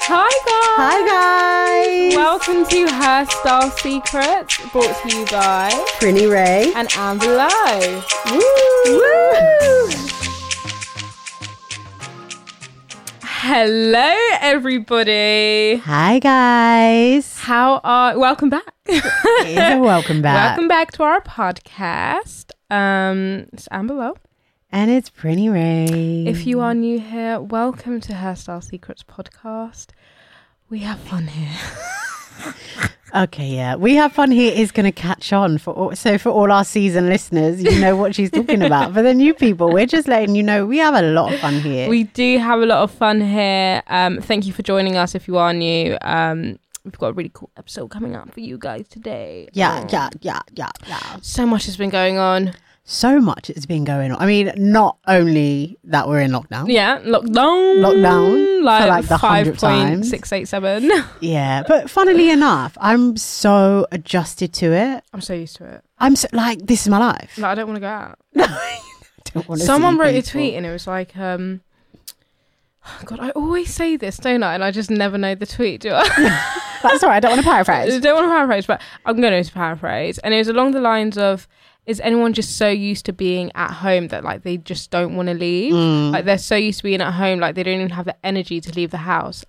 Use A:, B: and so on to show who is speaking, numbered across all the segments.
A: Hi guys!
B: Hi guys!
A: Welcome to Hairstyle Secrets, brought to you by
B: Prinny Ray.
A: and Anne Below.
B: Woo!
A: Hello, everybody.
B: Hi guys!
A: How are? Welcome back.
B: And welcome back.
A: Welcome back to our podcast. Um, it's Anne Below.
B: And it's Prinny Ray.
A: If you are new here, welcome to Hairstyle Secrets podcast. We have fun here.
B: Okay, yeah, we have fun here is going to catch on for all, so for all our season listeners, you know what she's talking about. For the new people, we're just letting you know we have a lot of fun here.
A: We do have a lot of fun here. Um, thank you for joining us. If you are new, um, we've got a really cool episode coming up for you guys today. Oh,
B: yeah, yeah, yeah, yeah, yeah.
A: So much has been going on.
B: So much has been going on. I mean, not only that we're in lockdown,
A: Yeah, lockdown.
B: Oh. Lockdown for like the
A: five
B: hundredth time.
A: point six eight seven.
B: yeah, but funnily enough, I'm so adjusted to it.
A: I'm so used to it.
B: I'm so like this is my life.
A: Like, I don't want to go out.
B: Don't wanna
A: Someone
B: see
A: wrote a
B: people.
A: tweet and it was like, um, God, I always say this, don't I? And I just never know the tweet, do I?
B: That's all right. I don't want to
A: I
B: paraphrase.
A: don't want to paraphrase, but I'm going to paraphrase. And it was along the lines of, is anyone just so used to being at home that like they just don't want to leave?
B: Mm.
A: Like they're so used to being at home, like they don't even have the energy to leave the house.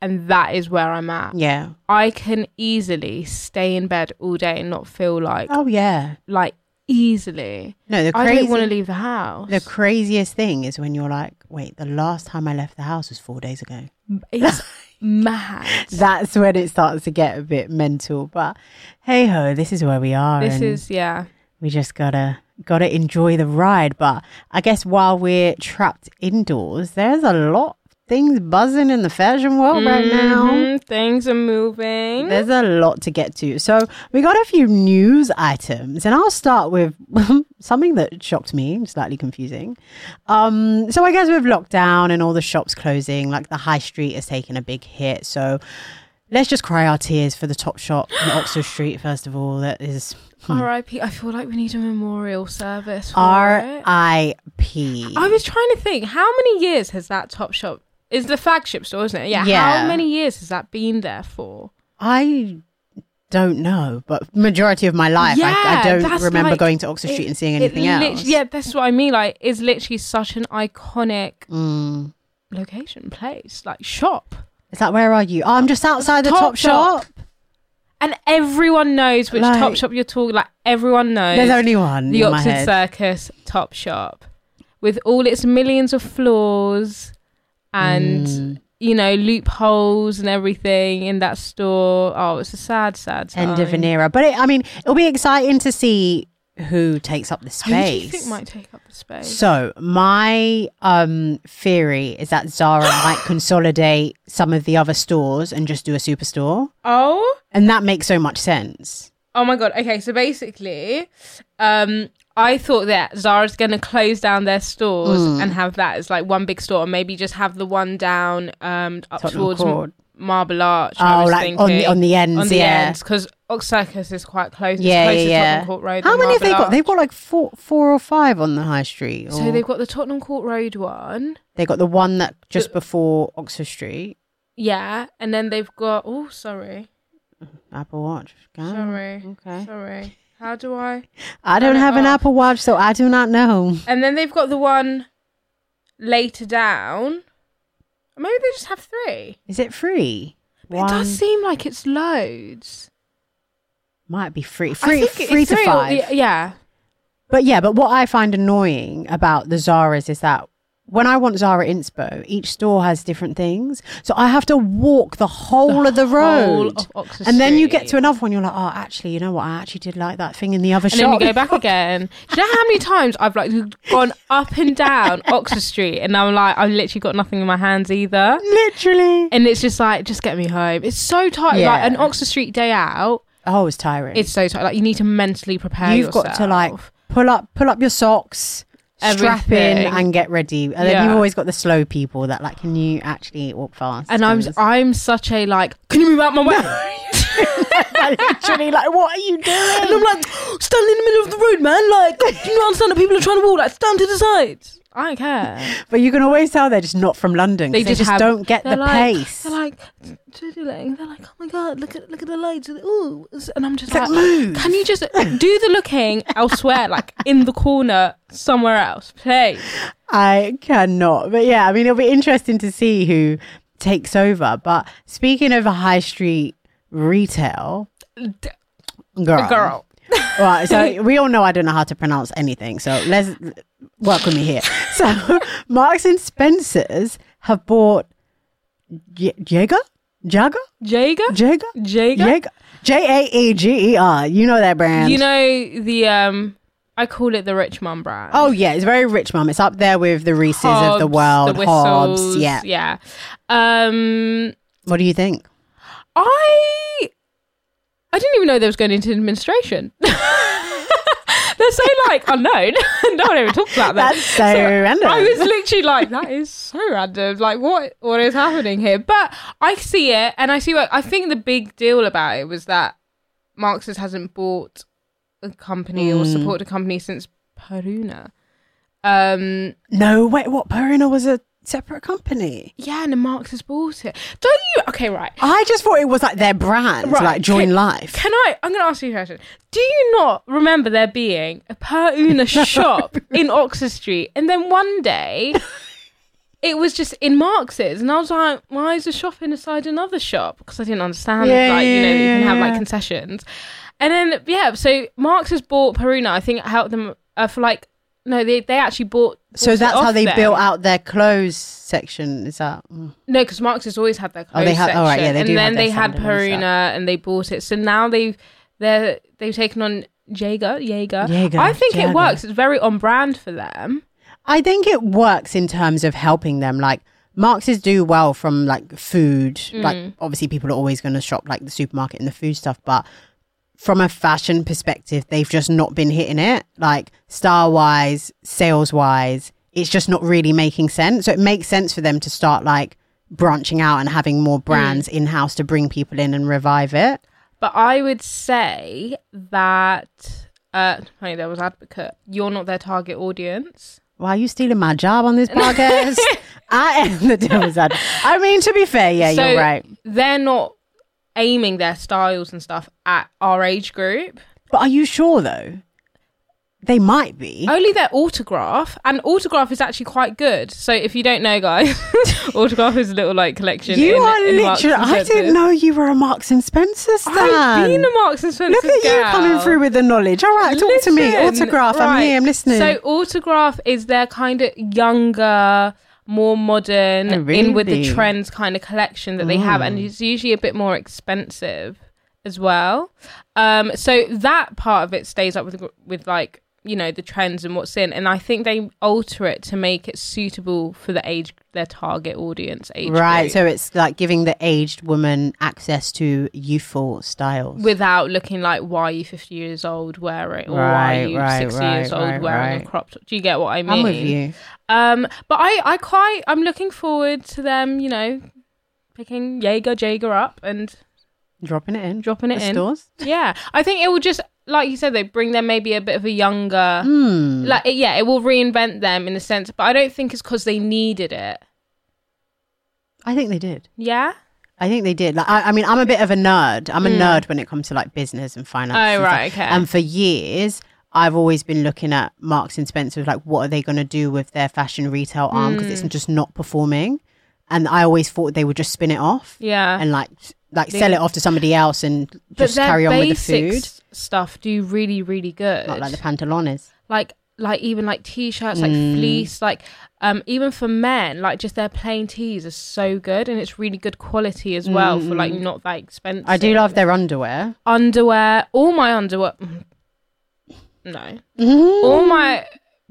A: And that is where I'm at.
B: Yeah.
A: I can easily stay in bed all day and not feel like
B: Oh yeah.
A: like easily.
B: No, the
A: I
B: crazy.
A: don't want to leave the house.
B: the craziest thing is when you're like, wait, the last time I left the house was four days ago.
A: it's mad.
B: That's when it starts to get a bit mental. But hey ho, this is where we are.
A: This
B: and
A: is yeah.
B: we just gotta gotta enjoy the ride. But I guess while we're trapped indoors, there's a lot of things buzzing in the fashion world right now.
A: Mhm, Things are moving.
B: There's a lot to get to. So we got a few news items, and I'll start with something that shocked me, slightly confusing. Um, so I guess with lockdown and all the shops closing, like the high street has taken a big hit. So let's just cry our tears for the top shop in Oxford Street, first of all. That is
A: R.I.P. I feel like we need a memorial service. For it.
B: R.I.P.
A: I was trying to think, how many years has that Top Shop is the flagship store, isn't it? Yeah.
B: Yeah.
A: How many years has that been there for?
B: I don't know, but majority of my life, I, I don't
A: that's
B: remember
A: like-
B: going to Oxford
A: it-
B: Street and seeing
A: it
B: anything
A: lit-
B: else.
A: Yeah, that's what I mean. Like, it's literally such an iconic
B: Mm.
A: location, place, like shop,
B: It's like, where are you? Oh, I'm just outside the
A: Top
B: top,
A: Shop.
B: shop.
A: and everyone knows which
B: Like-
A: Top Shop you're talking. Like, everyone knows
B: There's only one
A: the
B: in my
A: Oxford
B: head.
A: Circus Top Shop, with all its millions of floors
B: Mm.
A: and you know loopholes and everything in that store. Oh, it's a sad, sad time.
B: End of an era. But it, I mean, it'll be exciting to see who takes up the
A: Who do you
B: space.
A: think might take up the space?
B: so my um, theory is that Zara might consolidate some of the other stores and just do a superstore,
A: Oh,
B: and that makes so much sense.
A: oh my god. Okay, so basically, um. I thought that Zara's going to close down their stores
B: Mm.
A: and have that as like one big store, and maybe just have the one down um, up
B: Tottenham
A: towards
B: Court.
A: Marble Arch. I
B: Oh,
A: was
B: like on the,
A: thinking.
B: on the ends,
A: on the
B: yeah.
A: ends because Oxircus is quite close. It's
B: Yeah,
A: closer
B: yeah,
A: to
B: yeah.
A: Tottenham Court Road.
B: How
A: than
B: many have they Oh.
A: Marble
B: got? They've
A: Arch.
B: got like four, four or five on the high street. Or
A: So they've got the Tottenham Court Road one.
B: they got the one that just before Oxford Street.
A: Yeah, and then they've got. Oh, sorry,
B: Apple Watch. Go.
A: sorry,
B: Mm, Okay.
A: sorry. How do I?
B: I don't
A: it
B: have an
A: off.
B: Apple Watch, so I do not know.
A: And then they've got the one later down. Maybe they just have three.
B: Is it free?
A: But It does seem like it's loads.
B: might be free.
A: I
B: Free,
A: think it's
B: free to
A: three or-
B: five.
A: yeah, Yeah.
B: But yeah, but what I find annoying about the Zara's is that when I want Zara inspo, each store has different things. So I have to walk the whole of the
A: whole
B: road.
A: of Oxford
B: and then you get
A: Street.
B: to another one, you're like, oh, actually, you know what? I actually did like that thing in the other
A: and
B: shop.
A: then we go back again. Do you know how many times I've like gone up and down Oxford Street, and I'm like, I've literally got nothing in my hands either.
B: Literally.
A: And it's just like, just get me home. It's so tight.
B: Yeah.
A: Like an Oxford Street day out,
B: oh, it's tiring.
A: it's so tight. Like you need to mentally prepare.
B: You've got to like
A: yourself.
B: pull up, pull up your socks. Strap in
A: Everything.
B: and get ready, and then
A: Yeah.
B: you've always got the slow people that like, can you actually walk fast?
A: And I'm
B: just
A: I'm such a like. Can you move out my way?
B: literally like, what are you doing?
A: And I'm like, stand in the middle of the road, man. Like, do you not understand that people are trying to walk? Like, stand to the side. I don't care.
B: But you can always tell they're just not from London. 'cause They, just,
A: have-
B: don't get
A: they're
B: the
A: like-
B: pace.
A: They're like, doodling. They're like, oh my god, look at look at the lights. Ooh, and I'm just
B: It's
A: like,
B: like, move.
A: can you just do the looking elsewhere, like in the corner somewhere else, please?
B: I cannot. But yeah, I mean, it'll be interesting to see who takes over. But speaking of high street retail,
A: D-
B: girl.
A: Girl,
B: Right. So we all know I don't know how to pronounce anything. So let's work with me here. So Marks and Spencers have bought J- Jaeger? Jagger?
A: Jaeger,
B: Jaeger?
A: Jaeger.
B: Jaeger? J A E G E R. You know that brand.
A: You know the um, I call it the rich mum brand.
B: Oh yeah, it's very rich, mum. It's up there with the Reese's of the world,
A: Hobbs, the
B: Hobbs.
A: whistles,
B: Yeah.
A: yeah. Um,
B: What do you think?
A: I I didn't even know they was going into administration. They're so like unknown. no one ever talks about that.
B: That's so random.
A: I was literally like, that is so random. Like, what what is happening here? But I see it, and I see what I think. The big deal about it was that Marxist hasn't bought a company or
B: Hmm.
A: supported a company since Peruna. Um,
B: no, wait, what? Perina was a separate company.
A: yeah, and then Marxist bought it. Don't you? Okay, right.
B: I just thought it was like their brand,
A: Right,
B: like Join
A: can-
B: Life.
A: Can I? I'm going to ask you a question. Do you not remember there being a Per Una shop in Oxford Street? And then one day it was just in Marx's. And I was like, why is the shop inside another shop? Because I didn't understand,
B: Yeah,
A: like, you know,
B: yeah,
A: that you
B: yeah,
A: can have like
B: yeah.
A: concessions. And then, yeah, so Marx has bought Peruna. I think it helped them uh, for like, no, they, they actually bought. bought
B: so
A: it
B: that's how
A: off
B: they
A: them.
B: built out their clothes section. Is that mm.
A: No, because Marx has always had their
B: Oh,
A: clothes
B: they have-
A: section,
B: all right, yeah, they
A: and
B: do have
A: then
B: their
A: they had
B: standard and stuff.
A: Peruna, and they bought it. So now they've they they've taken on Jaeger, Jaeger.
B: Jaeger,
A: I think
B: Jaeger.
A: it works. It's very on brand for them.
B: I think it works in terms of helping them. Like Marx's do well from like food. Like obviously people are always going to shop like the supermarket and the food stuff, but from a fashion perspective, they've just not been hitting it. Like style wise, sales wise, it's just not really making sense. So it makes sense for them to start like branching out and having more brands in house to bring people in and revive it.
A: But I would say that uh, funny there was advocate. You're not their target audience.
B: Why are you stealing my job on this podcast? I am the devil's advocate. I mean, to be fair, yeah,
A: So
B: you're right.
A: They're not aiming their styles and stuff at our age group.
B: But are you sure though? They might be.
A: Only their autograph, and autograph is actually quite good. So if you don't know, guys, autograph is a little like collection.
B: you
A: in-
B: are
A: in Marks
B: literally.
A: and
B: I didn't
A: Spencer's.
B: know you were a Marks and Spencer stan.
A: I've been a Marks and Spencer's
B: Look at you
A: girl.
B: coming through with the knowledge. All right, talk to me.
A: Listen,
B: Autograph. I'm
A: right.
B: here. I'm listening.
A: So autograph is their kind of younger, more modern,
B: Oh,
A: in with the
B: really? Oh.
A: trends kind of collection that they have, and it's usually a bit more expensive as well. Um, so that part of it stays up with gr- with like you know the trends and what's in, and I think they alter it to make it suitable for the age their target audience age.
B: right.
A: group.
B: So it's like giving the aged woman access to youthful styles.
A: without looking like why are you 50 years old wearing or why
B: Right,
A: are you
B: right,
A: 60 years
B: right,
A: old
B: right,
A: wearing
B: right.
A: a crop top do you get what i mean
B: I'm with you.
A: um but i i quite i'm looking forward to them you know picking jaeger jaeger up and
B: Dropping it in.
A: dropping it
B: the
A: in
B: Stores.
A: yeah i think it will just like you said they bring them maybe a bit of a younger
B: Hmm.
A: like it, yeah it will reinvent them in a sense but i don't think it's because they needed it
B: I think they did.
A: yeah
B: I think they did. Like, I, I mean, I'm a bit of a nerd. I'm a nerd when it comes to like business and finance.
A: Mm. Oh,
B: and
A: right,
B: stuff.
A: okay.
B: And for years, I've always been looking at Marks and Spencer, like what are they going to do with their fashion retail arm because
A: Mm.
B: it's just not performing. And I always thought they would just spin it off
A: yeah
B: and like s- like sell it off to somebody else and just carry on with the food.
A: basics stuff do really really good
B: Not like the pantalones. Mm.
A: like like even like t-shirts like fleece like um, even for men, like just their plain tees are so good and it's really good quality as well for like not that expensive.
B: Mm. I do love their underwear.
A: underwear. All my underwear. mm, No.
B: Mm.
A: All my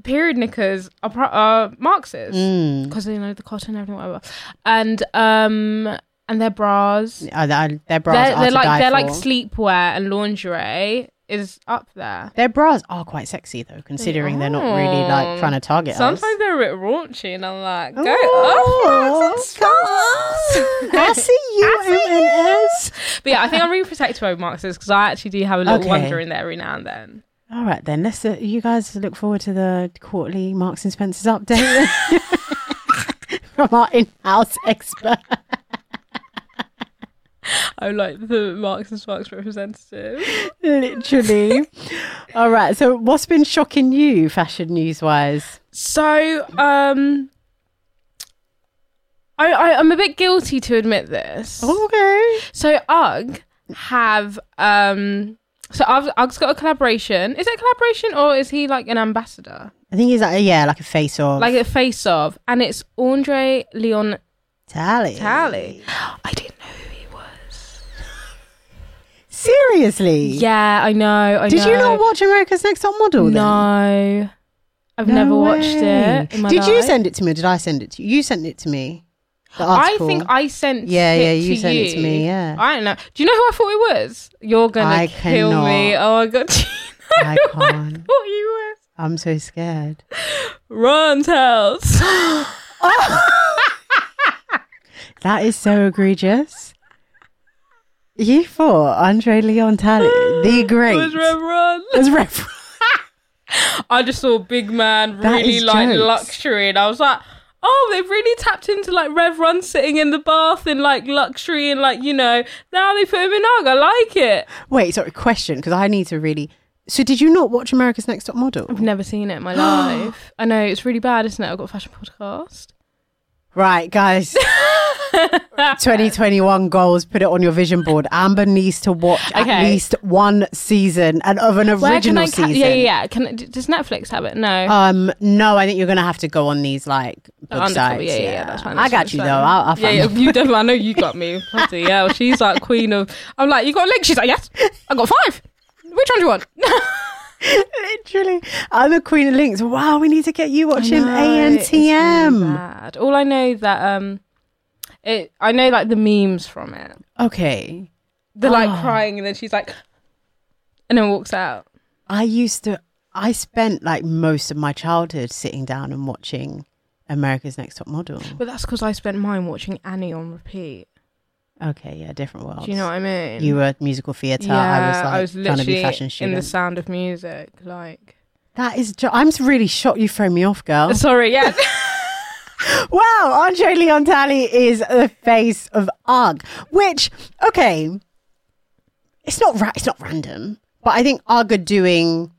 A: period knickers are, pro- are Marx's
B: Mm.
A: because you know the cotton and everything, whatever. And um, and their bras.
B: Uh, their their bras
A: they're
B: are
A: they're
B: to
A: like
B: die
A: they're like
B: for.
A: sleepwear and lingerie is up there.
B: Their bras are quite sexy though, considering they are not really like
A: are.
B: trying to target
A: Mm. Sometimes
B: us.
A: they're a bit raunchy, and I'm like, go up, Marx,
B: Oh,
A: it's
B: come
A: fine.
B: on. I see you, M&S.
A: But yeah, I think I'm really protective over Marx's because I actually do have a little
B: Okay.
A: wonder in there every now and then.
B: All right then, let's. Uh, you guys look forward to the quarterly Marks and Spencers update from our in-house expert.
A: I'm like the Marx and Sparks representative.
B: Literally. All right. So, what's been shocking you, fashion news-wise?
A: So, um, I, I I'm a bit guilty to admit this.
B: Okay.
A: So UGG have um, so Ugg- UGG's got a collaboration. Is it a collaboration or is he like an ambassador,
B: I think he's like, yeah, like a face of
A: like a face of? And it's Andre Leon
B: tally.
A: Talley. I didn't know who he was.
B: Seriously.
A: Yeah, I know. I
B: Did you
A: know.
B: not watch America's Next Top Model? then?
A: No, I've
B: No
A: never watched
B: way.
A: it. in my
B: did you
A: life.
B: send it to me? or Did I send it to you? You sent it to me. The
A: I
B: article.
A: think I sent.
B: Yeah,
A: it
B: yeah, you
A: to
B: sent it to
A: you.
B: me, yeah.
A: I don't know. Do you know who I thought it was? You're gonna
B: I
A: kill me.
B: cannot.
A: Oh my god. Do you know
B: I
A: who
B: can't.
A: thought you
B: I'm so scared.
A: were Ron's house.
B: That is so egregious. You thought Andre Leon Talley, the great,
A: It was Rev Ron.
B: as reference.
A: I just saw big man
B: That
A: really
B: is
A: like
B: jokes.
A: luxury, and I was like. Oh, they've really tapped into like Rev Run sitting in the bath in like luxury and like, you know, now they put him in UGG. I like it.
B: Wait, sorry, question, because I need to really. So, did you not watch America's Next Top Model?
A: Never seen it in my life. I know, it's really bad, isn't it? I've got a fashion podcast.
B: Right, guys. 2021 goals. Put it on your vision board. Amber needs to watch at
A: Okay.
B: least one season and of an
A: Where can
B: original
A: I ca-
B: season.
A: Yeah, yeah, yeah. Can, d- does Netflix have it? No.
B: Um, no, I think you're gonna have to go on these like
A: The
B: book
A: Oh, undercover-
B: sites.
A: Yeah, yeah, yeah, that's fine.
B: I
A: that's
B: got
A: fine,
B: you
A: that's
B: though.
A: fine.
B: I'll, I'll
A: yeah,
B: find
A: yeah,
B: one.
A: you definitely. I know you got me. Bloody hell, she's like queen of. I'm like, you got a link. She's like, yes. I got five. Which one do you want?
B: Literally, I'm the queen of links. Wow, we need to get you watching
A: No, it's really
B: ANTM.
A: bad. All I know that um, it. I know like the memes from it.
B: Okay,
A: They're like crying, and then she's like, and then walks out.
B: I used to. I spent like most of my childhood sitting down and watching America's Next Top Model.
A: But that's because I spent mine watching Annie on repeat.
B: Okay, yeah, different world.
A: Do you know what I mean?
B: You were musical theatre. I was like trying to be fashion
A: in
B: student.
A: the sound of music, like.
B: that is. Jo- I'm really shocked. You throw me off, girl.
A: Sorry, yeah.
B: Wow, Andre Leon Talley is the face of UGG, which, okay, it's not ra- it's not random, but I think UGG are doing.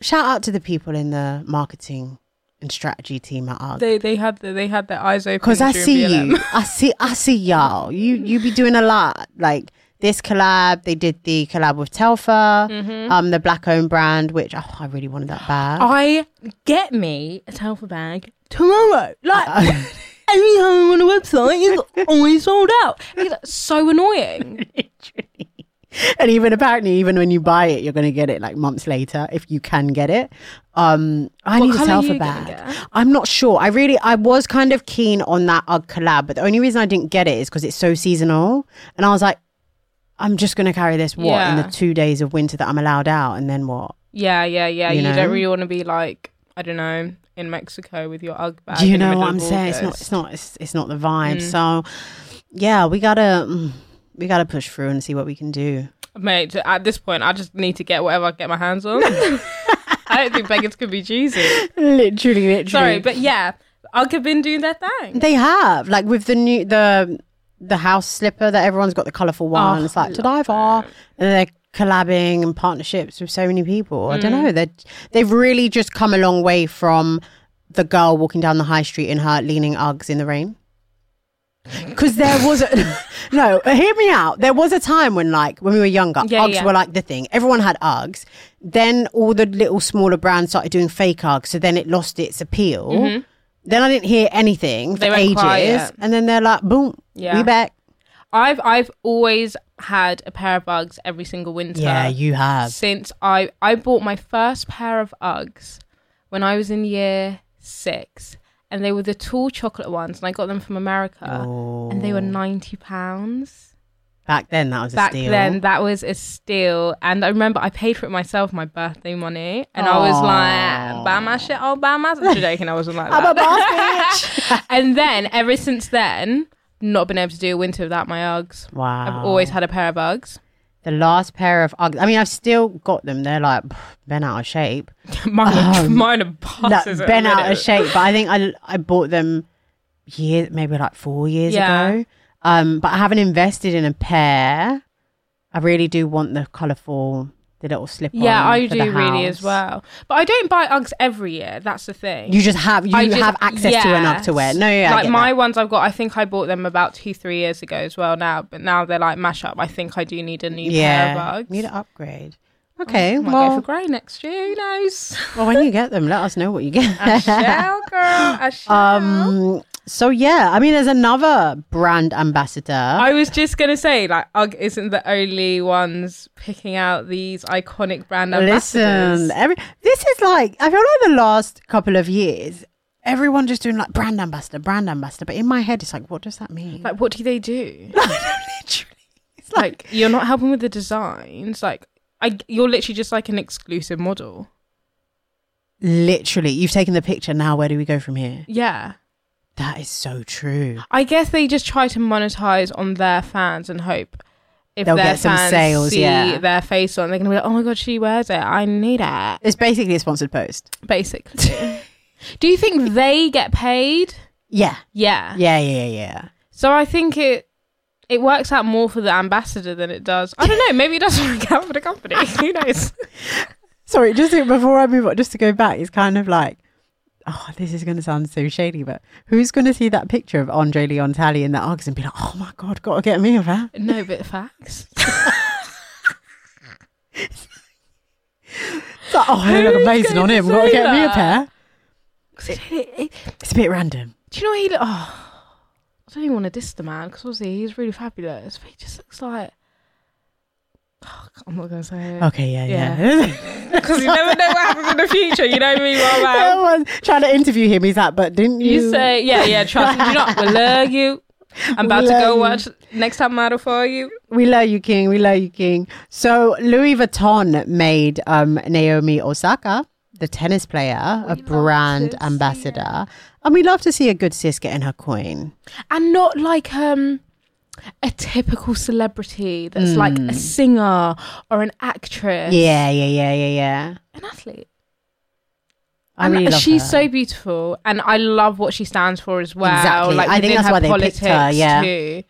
B: Shout out to the people in the marketing and strategy team at UGG.
A: they they had the, they had their eyes open
B: Because I
A: during
B: see
A: BLM.
B: you, I see, I see y'all. You you be doing a lot like this collab. They did the collab with Telfa, um, the black-owned brand, which oh, I really wanted that bag.
A: I get me a Telfer bag tomorrow. Like every time I'm on a website, it's always sold out. It's so annoying.
B: and even apparently, even when you buy it, you're going to get it like months later if you can get it. Um, I
A: What
B: need a
A: colour are
B: self
A: you gonna
B: bag.
A: get?
B: I'm not sure. I really, I was kind of keen on that UGG collab, but the only reason I didn't get it is because it's so seasonal, and I was like, I'm just going to carry this what in
A: Yeah.
B: the two days of winter that I'm allowed out, and then what?
A: Yeah, yeah, yeah. You,
B: You know?
A: don't really want to be like I don't know in Mexico with your UGG bag.
B: Do you
A: in the
B: know
A: middle
B: what
A: of
B: I'm saying? It's not,
A: August. Mm.
B: it's not, it's, it's not the vibe. So, yeah, we gotta, mm, we gotta push through and see what we can do.
A: mate. At this point, I just need to get whatever I can get my hands on. I don't think beggars could be choosy.
B: Literally, literally.
A: Sorry, but yeah, UGG have been doing their thing.
B: They have like with the new the the house slipper that everyone's got the colorful one.
A: Oh,
B: it's like Godiva, and they're collabing and partnerships with so many people. I don't
A: Mm.
B: know. They they've really just come a long way from the girl walking down the high street in her leaning Uggs in the rain. Because there was a, no, hear me out. There was a time when, like, when we were younger,
A: Yeah,
B: Uggs
A: yeah.
B: were like the thing. Everyone had Uggs. Then all the little smaller brands started doing fake Uggs, so then it lost its appeal.
A: Mm-hmm.
B: Then I didn't hear anything for
A: They went
B: ages,
A: quiet.
B: and then they're like, boom,
A: Yeah.
B: we back.
A: I've I've always had a pair of Uggs every single winter.
B: Yeah, you have.
A: since I I bought my first pair of Uggs when I was in year six, and they were the tall chocolate ones, and I got them from America, and they were ninety pounds
B: Back then, that was Oh. a
A: back
B: steal.
A: then. That was a steal, and I remember I paid for it myself, my birthday money, and I was like, "Buy my shit, I'll buy my." I'm joking, I wasn't like that.
B: I'm a boss bitch.
A: and then ever since then, not been able to do a winter without my Uggs.
B: Wow.
A: I've always had a pair of Uggs.
B: the last pair of Uggs. I mean, I've still got them. They're like pff, been out of shape.
A: mine, are,
B: Um,
A: mine are
B: Like,
A: buses at the
B: been out of
A: minute.
B: shape. But I think I I bought them years, maybe like four years
A: Yeah.
B: ago. Um, but I haven't invested in a pair. I really do want the colourful, the little slip.
A: Yeah, I
B: for the
A: do really as
B: house.
A: well. But I don't buy Uggs every year. That's the thing.
B: You just have you
A: I just-
B: have access to an Ugg to wear.
A: yes.
B: No, yeah, I
A: like
B: get
A: my
B: that.
A: ones I've got. I think I bought them about two, three years ago as well. Now, but now they're like mash up. I think I do need a new pair
B: yeah
A: of Uggs.
B: need an upgrade. Okay,
A: Might Oh, go
B: well,
A: for grey next year. Who knows?
B: well, when you get them, let us know what you get.
A: I shall, girl. I shall.
B: Um, so yeah, I mean, there's another brand ambassador.
A: I was just gonna say, like, Ugg isn't the only ones picking out these iconic brand ambassadors.
B: Listen, eh every, this is like I feel like the last couple of years, everyone just doing like brand ambassador, brand ambassador. But in my head, it's like, what does that mean?
A: Like, what do they do?
B: Literally, it's
A: like you're not helping with the designs like I, you're literally just like an exclusive model
B: literally, you've taken the picture. Now, where do we go from here?
A: yeah
B: That is so true.
A: i guess they just try to monetize on their fans and hope if
B: They'll
A: their
B: get some
A: fans
B: sales,
A: see
B: yeah.
A: their face on they're gonna be like oh my god she wears it i need it
B: It's basically a sponsored post.
A: basically do you think they get paid
B: Yeah,
A: yeah
B: yeah, yeah, yeah.
A: so i think it it works out more for the ambassador than it does i don't know maybe it doesn't work out for the company who knows
B: Sorry, just to- before I move on, just to go back, it's kind of like, oh, this is going to sound so shady, but who's going to see that picture of Andre Leon Talley in that Uggs and be like, oh my God, got to get me a that?
A: no but facts
B: It's like, oh, they look
A: Who's
B: amazing on
A: going
B: him.
A: to
B: Got to
A: say
B: get me a
A: that?
B: pair.
A: 'Cause it- it- it-
B: It's a bit random.
A: Do you know what he look? Oh, I don't even want to diss the man because obviously he's really fabulous, but he just looks like. Oh, I'm not gonna say it
B: Okay, yeah,
A: Yeah.
B: yeah.
A: because you never know what happens in the future. You know me well. man.
B: Everyone's trying to interview him. He's like, but didn't you?
A: You say yeah, yeah. Trust me. Do you not? We love you. I'm about
B: We
A: to go
B: love
A: watch next time model for you.
B: we love you, King. We love you, King. So Louis Vuitton made um, Naomi Osaka, the tennis player, a brand ambassador, and we love to see a good sis getting her coin.
A: and not like um a typical celebrity that's like a singer or an actress.
B: Hmm. Yeah, yeah, yeah, yeah, yeah.
A: an athlete.
B: I
A: and
B: really love
A: she's
B: her.
A: so beautiful, and I love what she stands for as well.
B: Exactly.
A: Like
B: I think
A: within
B: that's
A: her
B: why they picked
A: politics
B: her, yeah.
A: too.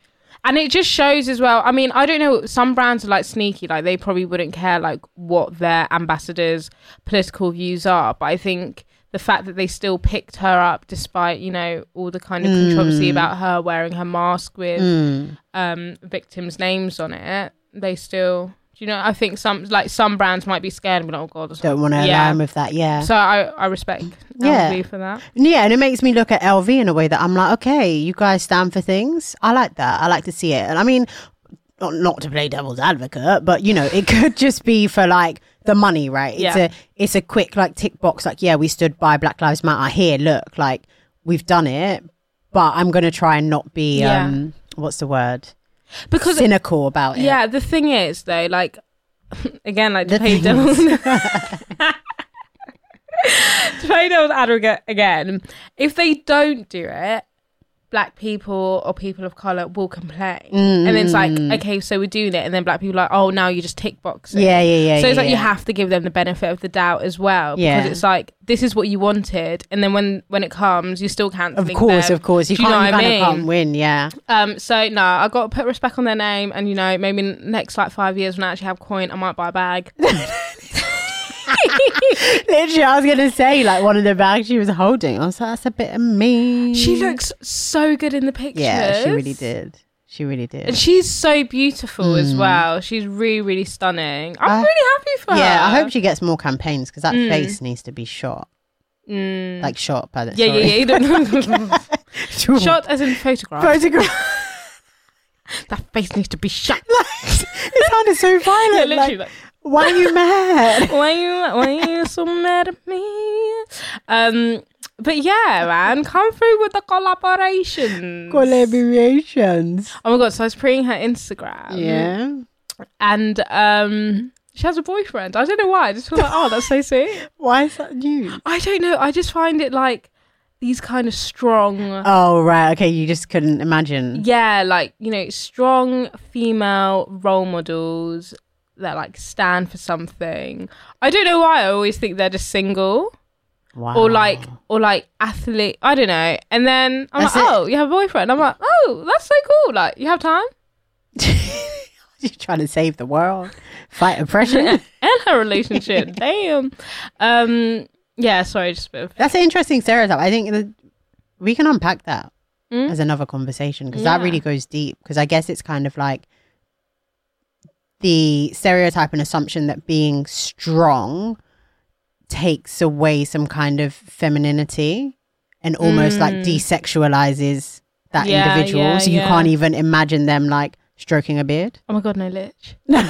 A: And it just shows as well. I mean, I don't know. Some brands are like sneaky, like they probably wouldn't care like what their ambassadors' political views are. But I think the fact that they still picked her up, despite you know all the kind of controversy
B: Mm.
A: about her wearing her mask with um, victims' names on it, they still. You know, I think some like some brands might be scared and be like, "Oh God, or
B: don't want to
A: Yeah.
B: alarm with that. Yeah,
A: so I, I respect
B: Yeah.
A: LV for that.
B: yeah, and it makes me look at LV in a way that I'm like, okay, you guys stand for things. I like that. I like to see it. And I mean, not, not to play devil's advocate, but you know, it could just be for like the money, right? It's
A: Yeah.
B: a it's a quick like tick box, like yeah, we stood by Black Lives Matter. Here, look, like we've done it, but I'm gonna try and not be
A: Yeah.
B: um, what's the word?
A: Because
B: Cynical about it.
A: yeah, the thing is though, like again, like
B: The
A: to play
B: thing
A: devil's to play devil's advocate again. If they don't do it, black people or people of color will complain, and then it's like, okay, so we're doing it, and then black people are like, oh, now you just tick boxing.
B: Mm. yeah, yeah, yeah.
A: So it's
B: yeah,
A: like you
B: yeah.
A: have to give them the benefit of the doubt as well,
B: Yeah.
A: because it's like this is what you wanted, and then when when it comes, you're still
B: Of
A: canceling.
B: course,
A: them.
B: of course. You
A: Do you
B: can't,
A: know
B: you
A: what I
B: kinda
A: mean?
B: can't win, yeah.
A: Um, so no, I got to put respect on their name, and you know, maybe next like five years when I actually have coin, I might buy a bag.
B: Literally, I was gonna say like one of the bags she was holding. I was like, that's a bit of me.
A: She looks so good in the pictures.
B: Mm-hmm. Yeah, she really did. She really did.
A: And she's so beautiful as well. She's really, really stunning. I'm
B: I-
A: really happy for her.
B: yeah, I hope she gets more campaigns because that face needs to be shot,
A: Mm.
B: like shot by the.
A: yeah, yeah, yeah, you don't know.
B: yeah.
A: Shot as in photograph.
B: photograph.
A: that face needs to be shut.
B: it sounded so
A: Yeah,
B: violent.
A: literally.
B: like, why are you mad?
A: like, why you why you so mad at me? Um, but yeah, man, come through with the collaborations.
B: Collaborations.
A: oh my god! So I was preying her Instagram.
B: Yeah.
A: and um, she has a boyfriend. I don't know why. I just feel like, oh, that's so sweet.
B: Why is that new?
A: I don't know. I just find it like these kind of strong.
B: Oh right, okay. You just couldn't imagine.
A: yeah, like, you know, strong female role models that like stand for something. I don't know why I always think they're just single
B: Wow.
A: or like or like athlete. I don't know. And then I'm
B: That's
A: like,
B: it.
A: oh, you have a boyfriend. I'm like, oh, that's so cool. Like, you have time
B: you're trying to save the world, fight oppression.
A: and her relationship. Damn. Um. Yeah. Sorry, just a bit of
B: That's an interesting stereotype. I think that we can unpack that
A: Mm.
B: as another conversation because that
A: Yeah.
B: really goes deep. Because I guess it's kind of like the stereotype and assumption that being strong takes away some kind of femininity and almost like desexualizes that
A: Mm. Yeah,
B: individual.
A: yeah,
B: so you
A: yeah.
B: can't even imagine them like stroking a beard.
A: Oh my god, no lich.
B: No,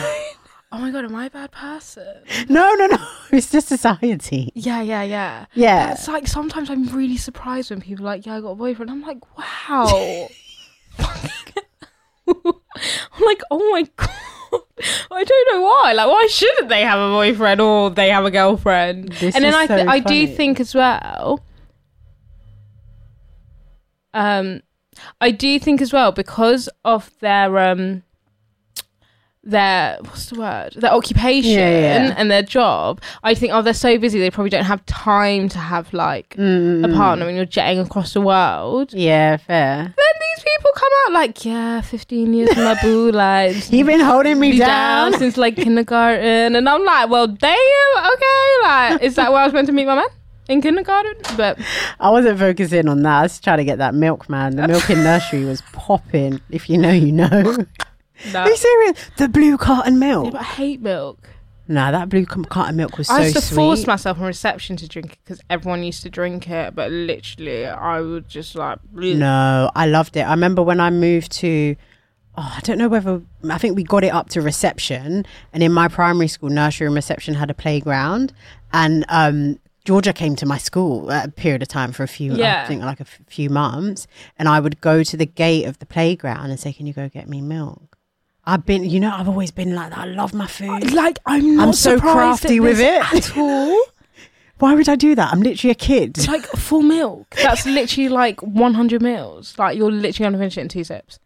A: Oh my god, am I a bad person?
B: no, no, no. It's just society.
A: Yeah, yeah, yeah.
B: Yeah.
A: It's like sometimes I'm really surprised when people are like, yeah, I got a boyfriend. I'm like, wow. I'm like, oh my god. I don't know why. Like, why shouldn't they have a boyfriend or they have a girlfriend?
B: This
A: and then
B: is
A: I, th-
B: so
A: I do
B: funny.
A: think as well. Um, I do think as well because of their um their what's the word their occupation
B: Yeah, yeah.
A: and their job. I think oh they're so busy they probably don't have time to have like a partner when you're jetting across the world.
B: Mm. Yeah, fair.
A: Then these people come out like yeah, fifteen years my boo like
B: You've been holding me
A: be
B: down.
A: down since like kindergarten, and I'm like, well, damn, okay, like is that where I was meant to meet my man in kindergarten? But
B: I wasn't focusing on that. I was trying to get that milk, man. The milk in nursery was popping. If you know, you know.
A: no.
B: Are you serious? The blue carton
A: Yeah,
B: milk.
A: but I hate milk.
B: Nah, that blue com- carton milk was so
A: I used to
B: sweet.
A: force myself on reception to drink it because everyone used to drink it, but literally I would just like bleh.
B: no, I loved it. I remember when I moved to. Oh, I don't know whether I think we got it up to reception, and in my primary school nursery and reception had a playground, and um, Georgia came to my school at a period of time for a few,
A: Yeah.
B: I think like a f- few months, and I would go to the gate of the playground and say, "Can you go get me milk?" I've been, you know, I've always been like that. I love my food.
A: Like I'm not
B: I'm so
A: surprised
B: crafty
A: at
B: with
A: this
B: it.
A: at all.
B: Why would I do that? I'm literally a kid.
A: It's like full milk. That's literally like 100 mils. Like you're literally gonna finish it in two sips.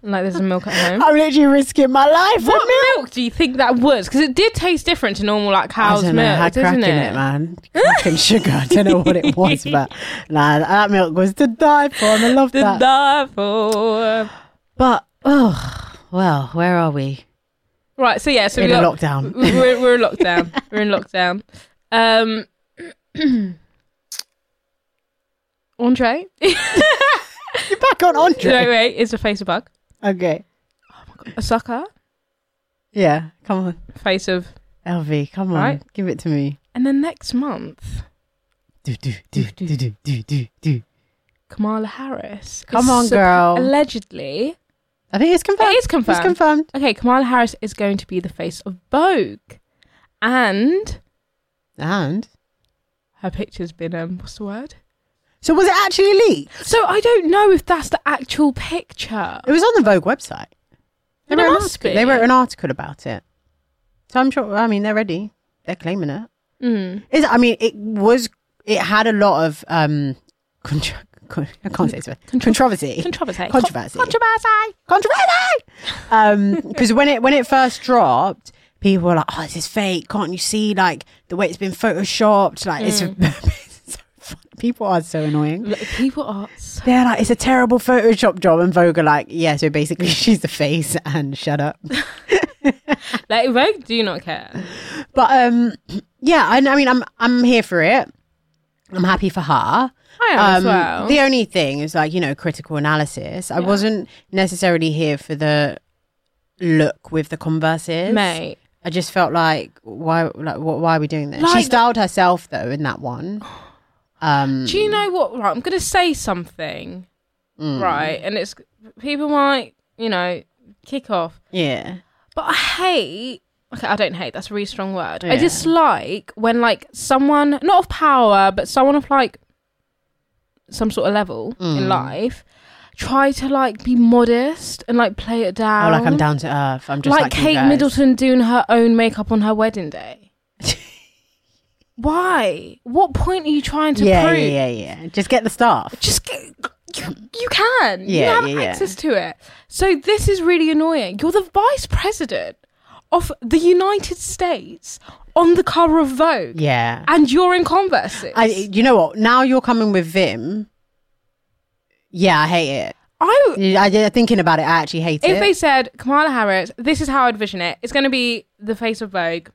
A: like there's some milk at home.
B: I'm literally risking my life. for
A: What milk? do you think that was? Because it did taste different to normal like cow's
B: I don't know,
A: milk,
B: I had crack
A: didn't
B: in
A: it?
B: it, man. Crack and sugar. I don't know what it was, but nah, that milk was to die for, and I loved
A: The
B: that.
A: die for.
B: but oh, well, where are we?
A: Right, so yeah, so
B: in
A: we
B: a
A: got
B: lockdown.
A: we're, we're in lockdown. We're in lockdown. Um, entree.
B: You're back on Andre.
A: Wait, wait, is a face a bug?
B: Okay.
A: A sucker?
B: Yeah, come on,
A: Face of.
B: LV. Come on,
A: Right.
B: give it to me.
A: And then next month,
B: Do do do do do do do do.
A: Kamala Harris. is
B: Come on,
A: supp-
B: girl.
A: Allegedly,
B: I think it's confirmed.
A: it is confirmed.
B: It's confirmed.
A: okay, Kamala Harris is going to be the face of Vogue, and
B: And
A: her picture's been um, what's the word?
B: so was it actually leaked?
A: So I don't know if that's the actual picture.
B: It was on the Vogue website. They
A: It
B: wrote, an
A: must
B: article.
A: be.
B: they wrote an article about it. So I'm sure. I mean, they're ready. They're claiming it.
A: Mm.
B: Is I mean, it was it had a lot of um, contra- con- I can't say this word. controversy,
A: Controversy.
B: Controversy.
A: Controversy.
B: controversy. Um, because when it when it first dropped, people were like, "Oh, this is fake! Can't you see like the way it's been photoshopped? Like it's." so fun- People are so annoying.
A: Look, people are so
B: They're like, it's a terrible Photoshop job. And Vogue are like, yeah, so basically she's the face and shut up.
A: Like Vogue do not care.
B: But um, yeah, I, I mean, I'm I'm here for it. I'm happy for her.
A: I am as well.
B: Um, The only thing is like you know critical analysis. I wasn't necessarily here for the look with the Converses.
A: Mate.
B: I just felt like why like wh- why are we doing this? she
A: Like-
B: styled herself though in that one. Um,
A: Do you know what? Right, I'm gonna say something,
B: mm.
A: right? And it's people might, you know, kick off.
B: yeah,
A: But I hate. Okay, I don't hate. That's a really strong word.
B: Yeah.
A: I dislike when like someone, not of power, but someone of like some sort of level
B: Mm.
A: in life, try to like be modest and like play it
B: oh,
A: down.
B: like I'm down to earth. I'm just
A: like,
B: like, you
A: Kate
B: guys.
A: Middleton doing her own makeup on her wedding day. Why? What point are you trying to
B: Yeah,
A: prove?
B: yeah, yeah, yeah. Just get the staff.
A: Just get, you, you can.
B: Yeah,
A: you have
B: yeah, yeah.
A: access to it. So this is really annoying. You're the vice president of the United States on the cover of Vogue,
B: Yeah.
A: and you're in Converse.
B: I, you know what? Now you're coming with Vim. Yeah, I hate it.
A: I
B: Yeah, I did thinking about it. I actually hate
A: if
B: it.
A: they said Kamala Harris, this is how I'd vision it. It's going to be the face of Vogue.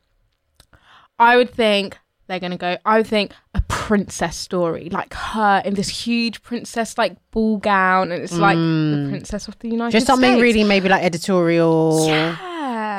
A: I would think they're going to go. I would think a princess story, like her in this huge princess like ball gown, and it's like the princess of the United
B: Mm. just something
A: States.
B: really maybe like editorial,
A: Yeah.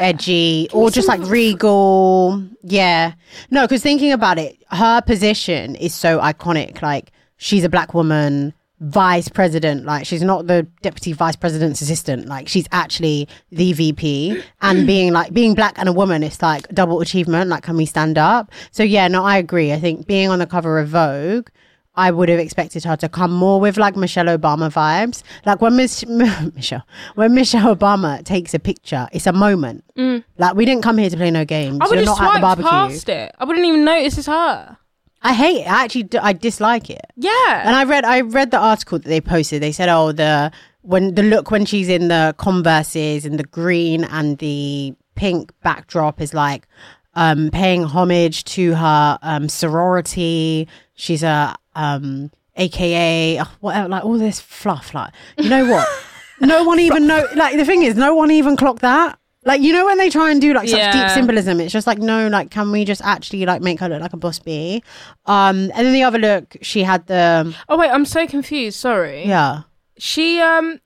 A: me
B: edgy, or just
A: some-
B: like regal. Yeah, no, because thinking about it, her position is so iconic. Like she's a black woman vice president like she's not the deputy vice president's assistant like she's actually the vp and being like being black and a woman it's like double achievement like can we stand up so yeah no i agree i think being on the cover of vogue I would have expected her to come more with like Michelle Obama vibes. Like when Miss Michelle, when Michelle Obama takes a picture, it's a moment. Like we didn't come here to play no games.
A: Mm. I would have
B: You're not at the
A: swiped
B: barbecue.
A: past it. I wouldn't even notice it's her.
B: I hate it. I actually d- I dislike it.
A: Yeah.
B: And I read I read the article that they posted. They said, oh, the when the look when she's in the Converse's and the green and the pink backdrop is like um, paying homage to her um, sorority. She's a um, AKA oh, whatever, like all this fluff. Like you know what? no one even know. Like the thing is, no one even clocked that. Like you know when they try and do like such deep
A: Yeah.
B: symbolism symbolism. It's just like, no, like, can we just actually like make her look like a boss bee? Um, and then the other look, she had the
A: oh wait, I'm so confused. Sorry.
B: yeah.
A: She um.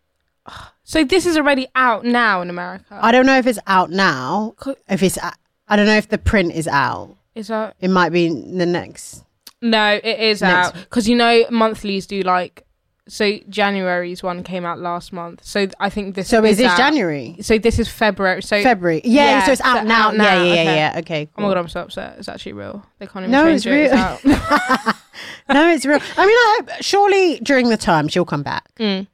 A: So this is already out now in America.
B: I don't know if it's out now.
A: Co-
B: If it's, a- I don't know if the print is out.
A: Is that
B: It might be in the next.
A: No, it is
B: Next.
A: out because you know monthlies do like so. January's one came out last month, so th- I think this.
B: So is this
A: out.
B: January,
A: So this is February. So
B: February? Yeah,
A: Yeah,
B: So it's out
A: so
B: now.
A: out
B: Yeah,
A: now,
B: yeah, yeah,
A: okay.
B: yeah. Okay.
A: oh my
B: cool.
A: god, I'm so upset. It's actually real. They can't even
B: No,
A: change
B: it's
A: it. It's
B: real.
A: out.
B: No, it's real. I mean, I hope, surely during the time she'll come back.
A: Mm.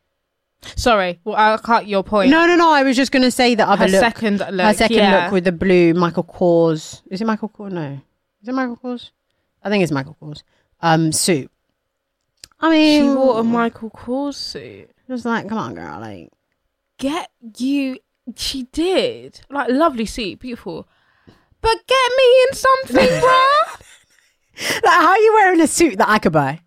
A: Sorry, well, I'll cut your point.
B: No, no, no. I was just gonna say the other
A: her
B: look.
A: second look.
B: her second
A: yeah.
B: look with the blue Michael Kors. Is it Michael Kors? No. Is it Michael Kors? I think it's Michael Kors. Um, suit. I mean,
A: She wore a Michael Kors suit.
B: just like, come on, girl. Like,
A: Get you. She did like lovely suit, beautiful. But get me in something, bruh.
B: like how are you wearing a suit that I could buy?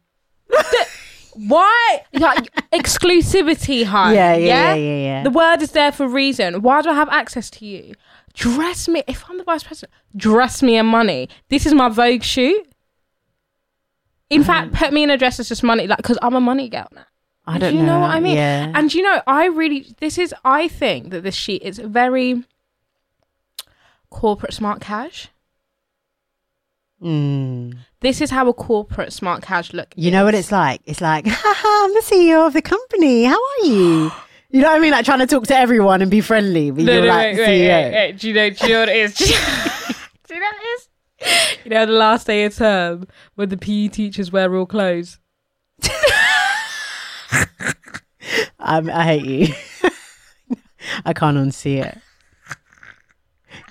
A: Why? Like exclusivity, hun.
B: Yeah, yeah, yeah, yeah, yeah.
A: The word is there for a reason. Why do I have access to you? Dress me. If I'm the vice president, dress me in money. This is my Vogue shoot. In
B: Mm.
A: fact, put me in a dress that's just money, like because I'm a money girl now.
B: I don't
A: do you know. what I mean?
B: Yeah.
A: And you know, I really this is. I think that this sheet is very corporate smart cash.
B: Mm.
A: This is how a corporate smart cash look.
B: You know what it's like? It's like, haha, I'm the CEO of the company. How are you? You know what I mean? Like trying to talk to everyone and be friendly, but you're like the E CEO.
A: wait. Do you know, do you know what it is? Do you do you know what it is? You know, the last day of term when the PE teachers wear real clothes.
B: Um, I hate you. I can't unsee it.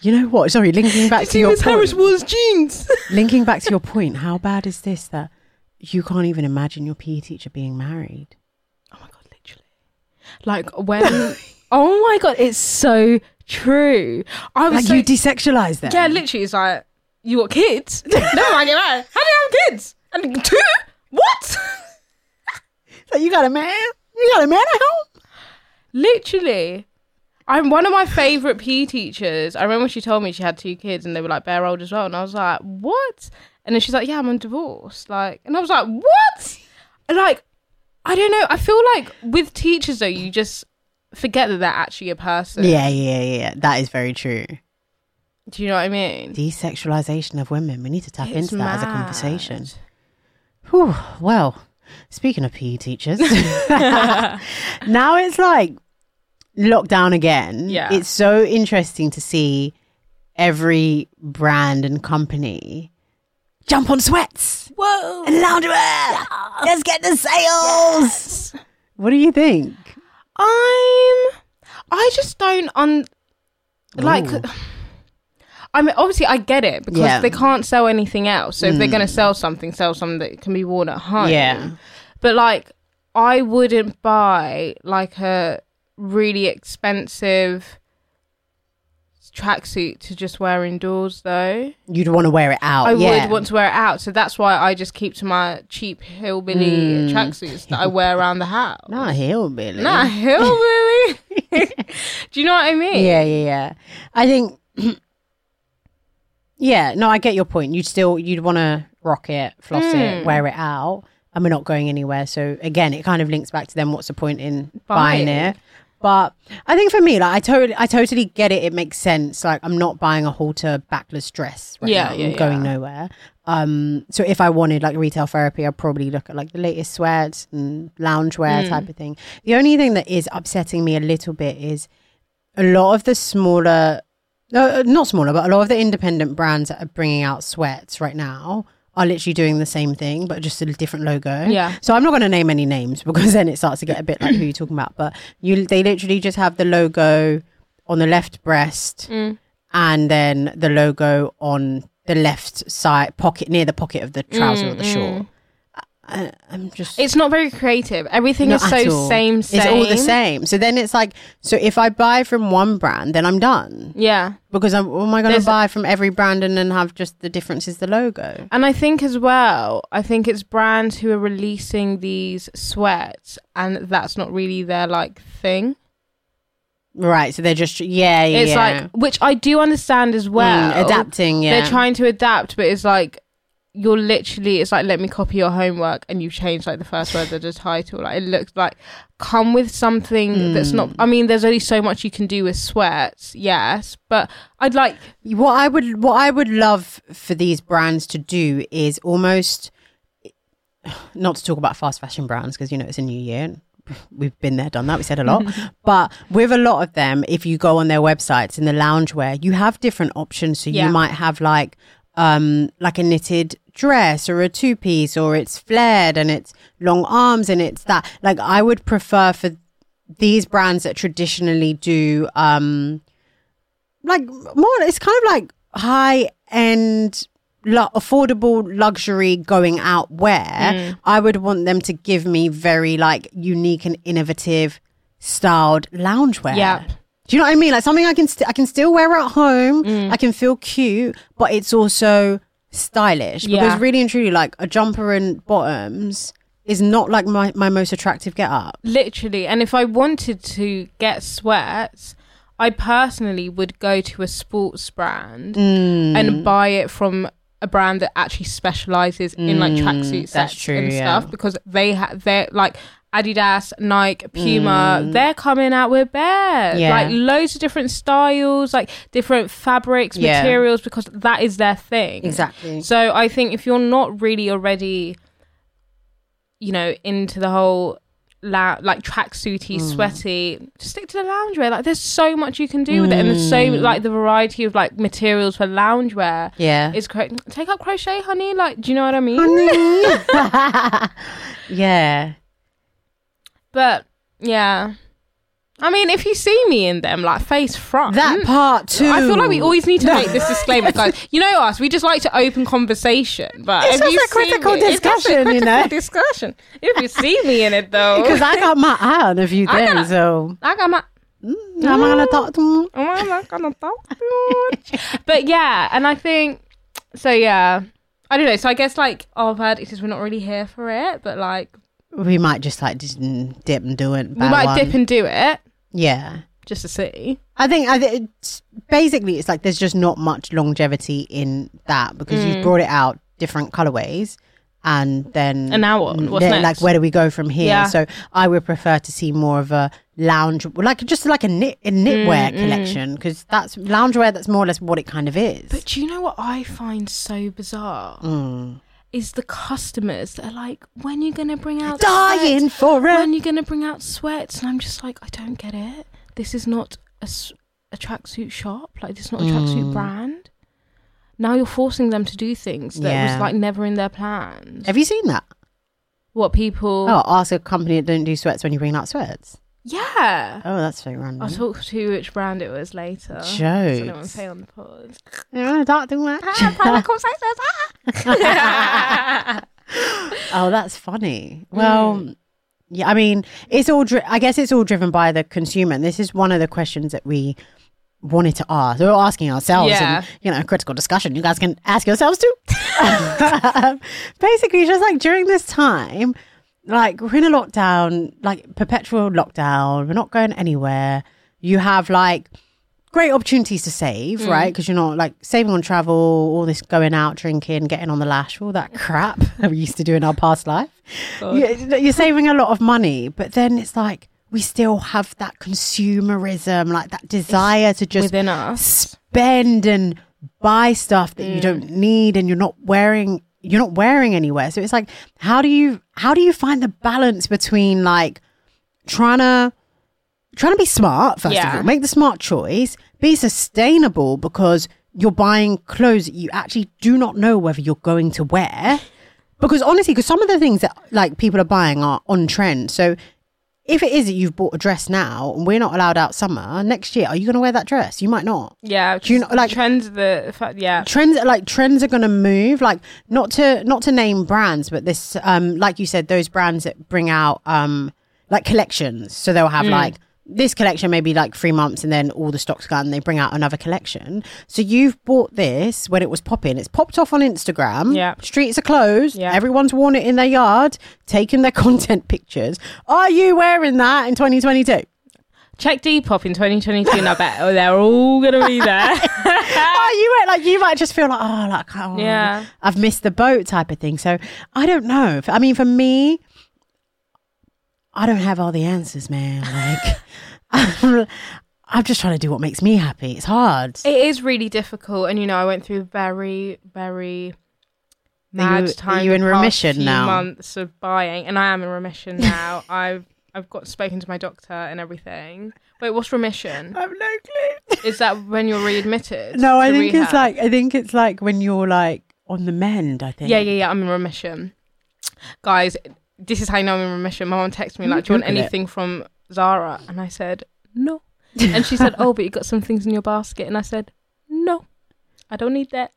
B: You know what? Sorry, linking back to your point.
A: wears jeans.
B: linking back to your point. How bad is this that you can't even imagine your PE teacher being married?
A: oh my god, literally. Like when? oh my god, it's so true. I was
B: Like
A: so,
B: you desexualize them.
A: yeah, literally, it's like you got kids. no, I get married. How do you have kids? And two? What?
B: Like, you got a man. You got a man at home.
A: literally. I'm one of my favorite PE teachers. I remember she told me she had two kids and they were like bare old as well, and I was like, "What?" And then she's like, "Yeah, I'm on divorce." Like, and I was like, "What?" Like, I don't know. I feel like with teachers though, you just forget that they're actually a person.
B: Yeah, yeah, yeah. That is very true.
A: Do you know what I mean?
B: Desexualization of women. We need to tap
A: It's
B: into that as a
A: mad.
B: conversation. Whew, well, speaking of PE teachers, now it's like lockdown again.
A: Yeah.
B: It's so interesting to see every brand and company jump on sweats
A: Whoa.
B: and loungewear. Let's get the sales. What do you think?
A: I'm. I just don't un. Like,
B: Ooh.
A: I mean, obviously, I get it because
B: Yeah. Mm.
A: they can't sell anything else. So if they're going to sell something, sell something that can be worn at home.
B: Yeah.
A: But like, I wouldn't buy like a really expensive tracksuit to just wear indoors, though.
B: You'd want to wear it out.
A: I
B: yeah.
A: would want to wear it out, so that's why I just keep to my cheap
B: Mm.
A: hillbilly tracksuits that I wear around the house.
B: Not a hillbilly.
A: Not hillbilly. Do you know what I mean?
B: Yeah, yeah, yeah. I think. yeah, no, I get your point. You'd still you'd want to rock it, floss
A: Hmm.
B: it, wear it out, and we're not going anywhere. So again, it kind of links back to them. What's the point in buying
A: Buying.
B: it? But I think for me, like I totally, I totally get it. It makes sense. Like I'm not buying a halter backless dress. Right
A: Yeah,
B: now.
A: yeah,
B: I'm going
A: yeah.
B: nowhere. Um, so if I wanted like retail therapy, I'd probably look at like the latest sweats and
A: Hmm.
B: loungewear type of thing. The only thing that is upsetting me a little bit is a lot of the smaller, uh, not smaller, but a lot of the independent brands that are bringing out sweats right now are literally doing the same thing, but just a different logo.
A: Yeah.
B: So I'm not going to name any names because then it starts to get a bit like who you're talking about. But you, they literally just have the logo on the left breast
A: Mm.
B: and then the logo on the left side pocket near the pocket of the trouser or the short. I, I'm just
A: Mm, It's not very creative. Everything
B: not
A: is
B: at
A: so
B: all.
A: same, same.
B: It's all the same. So then it's like, so if I buy from one brand, then I'm done
A: Yeah.
B: because I'm. What am I going to
A: There's-
B: buy from every brand and then have just the difference is the logo?
A: And I think as well, I think it's brands who are releasing these sweats and that's not really their like thing.
B: Right. So they're just yeah, yeah.
A: It's
B: yeah.
A: like which I do understand as well.
B: Mm, adapting. Yeah.
A: They're trying to adapt, but it's like you're literally it's like let me copy your homework and you change like the first word of the title. Like it looks like come with something that's not
B: Mm.
A: I mean, there's only so much you can do with sweats, yes. But I'd like
B: what I would what I would love for these brands to do is almost not to talk about fast fashion brands because you know it's a new year. We've been there, done that. We said a lot, but with a lot of them, if you go on their websites in the loungewear, you have different options. So
A: Yeah.
B: you might have like um like a knitted dress or a two piece, or it's flared and it's long arms and it's that. Like I would prefer for these brands that traditionally do um like more it's kind of like high end lu- affordable luxury going out wear
A: Mm.
B: i would want them to give me very like unique and innovative styled loungewear
A: Yep.
B: do you know what i mean like something i can st- i can still wear at home
A: Mm.
B: i can feel cute but it's also stylish
A: Yeah.
B: because really and truly like a jumper and bottoms is not like my, my most attractive get up
A: Literally. And if I wanted to get sweats, I personally would go to a sports brand
B: Mm.
A: and buy it from a brand that actually specializes in like tracksuit
B: Mm, that's
A: sets
B: true,
A: and
B: yeah.
A: stuff because they have they're like Adidas, Nike, Puma, they're coming out with bears.
B: Mm. Yeah.
A: Like loads of different styles, like different fabrics,
B: Yeah.
A: materials, because that is their thing.
B: Exactly.
A: So I think if you're not really already, you know, into the whole la- like tracksuity,
B: Hmm.
A: sweaty, just stick to the loungewear. Like there's so much you can do with it, and there's so
B: Hmm.
A: like the variety of like materials for loungewear.
B: yeah
A: Is cro- take up crochet, honey. Like, do you know what I mean?
B: yeah
A: But yeah, I mean, if you see me in them, like face front,
B: That part too.
A: Mm. I feel like we always need to make this disclaimer, guys. You know us; we just like to open conversation. But
B: It's
A: if
B: just
A: you
B: a
A: see
B: critical
A: me- it's just a
B: discussion, you know?
A: critical discussion. If you see me in it, though,
B: because I got my eye on a few
A: I
B: things,
A: got-
B: so
A: I got my. oh,
B: I'm not gonna talk to them.
A: I'm not gonna talk too much. But yeah, and I think so. Yeah, I don't know. So I guess like our verdict is we're not really here for it, but like
B: We might just like just mm, dip and do it.
A: we might dip and do it.
B: yeah.
A: just a city.
B: I think I think it's, basically it's like there's just not much longevity in that because
A: Mm.
B: you've brought it out different colorways and then
A: And now what?
B: Mm,
A: What's
B: then, like
A: next?
B: where do we go from here?
A: Yeah.
B: So I would prefer to see more of a lounge like just like a knit a knitwear
A: Mm,
B: collection because that's loungewear that's more or less what it kind of is.
A: But do you know what I find so bizarre?
B: Mm.
A: Is the customers that are like, when are you going to bring out
B: Dying
A: sweats?
B: for
A: When
B: it.
A: are you going to bring out sweats? And I'm just like, I don't get it. This is not a, s- a tracksuit shop. Like, this is not a
B: Mm.
A: tracksuit brand. Now you're forcing them to do things that
B: Yeah.
A: was like never in their plans.
B: Have you seen that?
A: what people?
B: Oh, ask a company that don't do sweats when you bring out sweats.
A: Yeah.
B: Oh, that's so random.
A: I'll talk to you which brand it was later. So I don't want
B: Jokes.
A: to say on the pod.
B: Yeah, don't do that.
A: Ah, private conversations, ah!
B: Oh, that's funny. Well,
A: Hmm.
B: yeah, I mean, it's all. Dri- I guess it's all driven by the consumer. And this is one of the questions that we wanted to ask. We were asking ourselves,
A: Yeah.
B: and you know, critical discussion. You guys can ask yourselves too. Basically, just like during this time, like we're in a lockdown, like perpetual lockdown. We're not going anywhere. You have like great opportunities to save, right? Because you're not like saving on travel, all this going out, drinking, getting on the lash, all that crap that we used to do in our past life. You- You're saving a lot of money, but then it's like we still have that consumerism, like that desire to just
A: Within us.
B: spend and buy stuff that you don't need and you're not wearing you're not wearing anywhere so it's like how do you how do you find the balance between like trying to trying to be smart first of
A: Yeah.
B: all make the smart choice be sustainable because you're buying clothes that you actually do not know whether you're going to wear because honestly because some of the things that like people are buying are on trend so if it is that you've bought a dress now and we're not allowed out summer next year are you going to wear that dress you might not
A: Yeah,
B: Do you
A: just
B: know, like-
A: trends the fact yeah.
B: trends like trends are going to move like not to not to name brands but this um like you said those brands that bring out um like collections so they'll
A: Hmm.
B: have like this collection maybe like three months and then all the stocks gone they bring out another collection so you've bought this when it was popping it's popped off on instagram
A: Yep.
B: streets are closed
A: Yeah.
B: everyone's worn it in their yard taking their content pictures are you wearing that in 2022
A: Check Depop in 2022, and I bet oh, they're all gonna be there.
B: oh, you went like you might just feel like oh, like oh,
A: Yeah.
B: I've missed the boat type of thing. So I don't know. F- I mean, for me, I don't have all the answers, man. Like I'm, I'm just trying to do what makes me happy. It's hard.
A: it is really difficult, and you know I went through very very
B: Are
A: mad
B: you- are
A: time.
B: you
A: the
B: in
A: past
B: remission
A: few
B: now?
A: Months of buying, and I am in remission now. I've I've got spoken to my doctor and everything. Wait, what's remission?
B: I have no clue.
A: Is that when you're readmitted?
B: No, I
A: to
B: think it's
A: rehab?
B: like I think it's like when you're like on the mend. I think.
A: Yeah, yeah, yeah. I'm in remission, guys. This is how you know I'm in remission. My mom texted me like, "Do you want
B: Google it.
A: anything from Zara?" And I said, "No." And she said, "Oh, but you got some things in your basket." And I said, "No, I don't need that."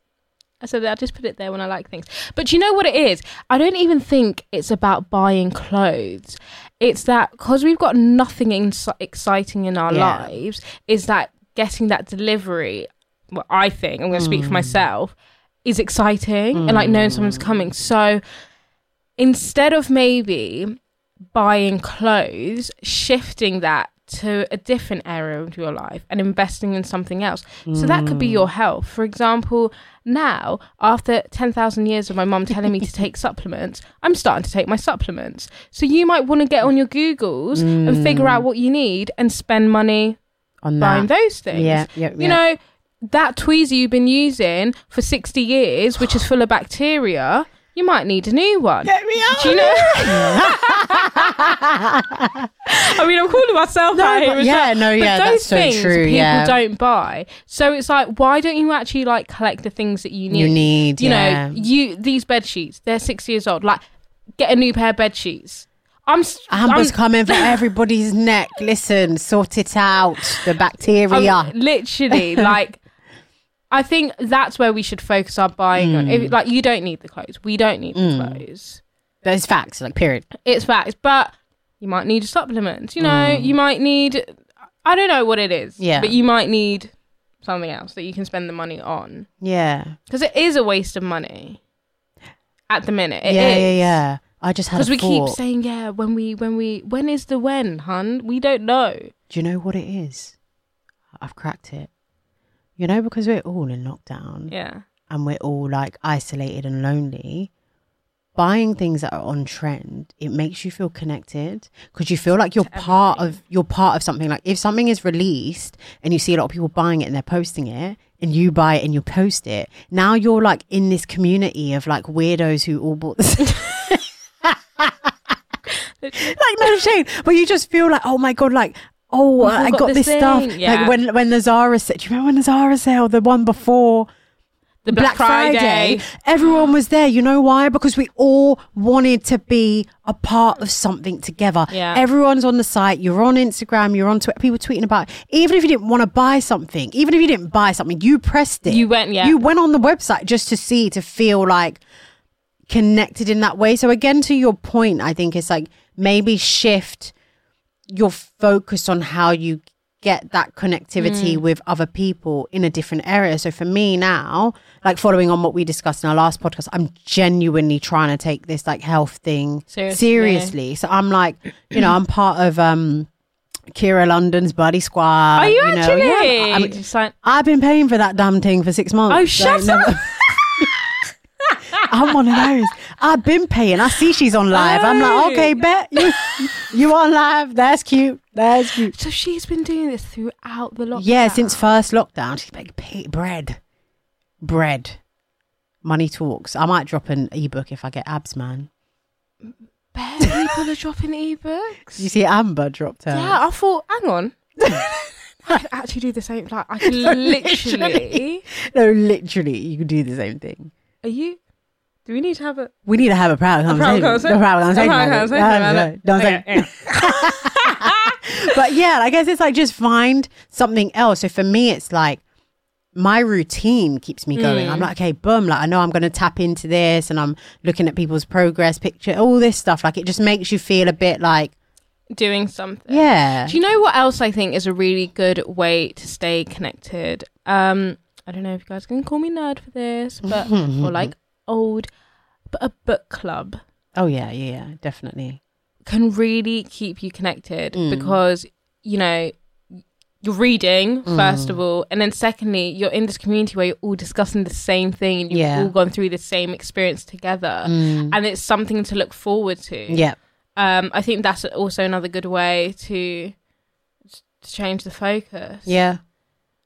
A: I said, "I just put it there when I like things." But you know what it is? I don't even think it's about buying clothes. It's that because we've got nothing in- exciting in our
B: Yeah.
A: lives. Is that getting that delivery? Well, I think I'm going to speak for myself is exciting and like knowing someone's coming. So instead of maybe buying clothes, shifting that to a different area of your life and investing in something else. So that could be
B: Mm.
A: your health. For example, now after 10,000 years of my mum telling me to take supplements, I'm starting to take my supplements. So you might want to get on your Googles and figure
B: Mm.
A: out what you need and spend money
B: On
A: buying
B: that.
A: those things.
B: Yeah, yeah,
A: You
B: yeah.
A: know, that tweezer you've been using for 60 years, which is full of bacteria, you might need a new one.
B: Get me out
A: Do you know? I mean, I'm calling myself out
B: but-
A: here. as
B: yeah,
A: well,
B: no,
A: but
B: yeah, that's
A: those
B: so
A: things
B: true,
A: People
B: yeah.
A: don't buy, so it's like, why don't you actually like collect the things that you need?
B: You need,
A: you
B: yeah.
A: know, you these bed sheets. They're six years old. Like, get a new pair of bed sheets. I'm. s-
B: Amber's
A: I'm-
B: coming for everybody's neck. Listen, sort it out. The
A: I'm
B: bacteria.
A: Literally, like I think that's where we should focus our buying. on.
B: Mm.
A: If, like you don't need the clothes, we don't need the clothes.
B: Those facts, like period.
A: It's facts, but you might need a supplement. You know, you might need. I don't know what it is.
B: Mm. Yeah.
A: but you might need something else that you can spend the money on
B: Yeah.
A: because it is a waste of money at the minute. It is.
B: yeah, yeah, yeah. I just had a
A: Because we
B: thought.
A: keep saying, yeah, when we, when we, when is the when, hun? We don't know.
B: Do you know what it is? I've cracked it. You know, because we're all in lockdown
A: Yeah.
B: and we're all like isolated and lonely, buying things that are on trend, it makes you feel connected because you feel like you're part of you're part of something. Like if something is released and you see a lot of people buying it and they're posting it and you buy it and you post it, now you're like in this community of like weirdos who all bought the same like no shade, but you just feel like, oh my god, like. Oh,
A: We've all
B: I
A: got
B: got,
A: this
B: this, stuff.
A: thing. Yeah.
B: Like when when the Zara sale, do you remember when the Zara sale, the one before
A: The Black, Friday.
B: Everyone was there. You know why? Because we all wanted to be a part of something together.
A: Yeah.
B: Everyone's on the site. You're on Instagram. You're on Twitter. People tweeting about. It. Even if you didn't want to buy something, even if you didn't buy something, you pressed it.
A: You went, yeah.
B: You went on the website just to see to feel like connected in that way. So again, to your point, I think it's like maybe shift your focus on how you get that
A: Mm.
B: connectivity with other people in a different area. So for me now, like following on what we discussed in our last podcast, I'm genuinely trying to take this like health thing
A: Seriously.
B: seriously. So I'm like, you know, I'm part of um Kira London's body squad.
A: Are you,
B: Uh, know.
A: actually?
B: Yeah, I'm- Oh,
A: Just like-
B: I've been paying for that damn thing for six months.
A: oh,
B: Like,
A: shut
B: no-
A: up.
B: I'm one of those. I've been paying. I see she's on live. I'm
A: Oh.
B: like, okay, bet you you on live. That's cute. That's cute.
A: So she's been doing this throughout the lockdown.
B: Yeah, since first lockdown, she's like pay- bread, bread, money talks. I might drop an ebook if I get abs, man.
A: Bare people are dropping ebooks.
B: Did you see Amber dropped her?
A: Yeah, I thought, hang on. I could actually do the same. Like, I could literally.
B: Literally. No, literally, you could do the same thing.
A: Are you. Do we need to have a.
B: We need to have a proud conversation. A proud conversation. about
A: conversation.
B: it. Don't say-
A: Okay, yeah.
B: but yeah, I guess it's like just find something else. So for me, it's like my routine keeps me going. I'm like, okay, boom, like I know I'm going to tap into this, and I'm looking at people's progress picture, all this stuff. Like it just makes you feel a bit like,
A: Doing something.
B: yeah,
A: Do you know what else I think is a really good way to stay connected? Um, I don't know if you guys can call me nerd for this, but
B: Mm-hmm.
A: or like old, but a book club
B: oh yeah, yeah, yeah, definitely.
A: can really keep you connected
B: Mm.
A: because you know you're reading
B: Mm.
A: first of all, and then secondly, you're in this community where you're all discussing the same thing and you've
B: Yeah. Mm.
A: all gone through the same experience together, and it's something to look forward to.
B: Yeah,
A: Um, I think that's also another good way to to change the focus.
B: yeah.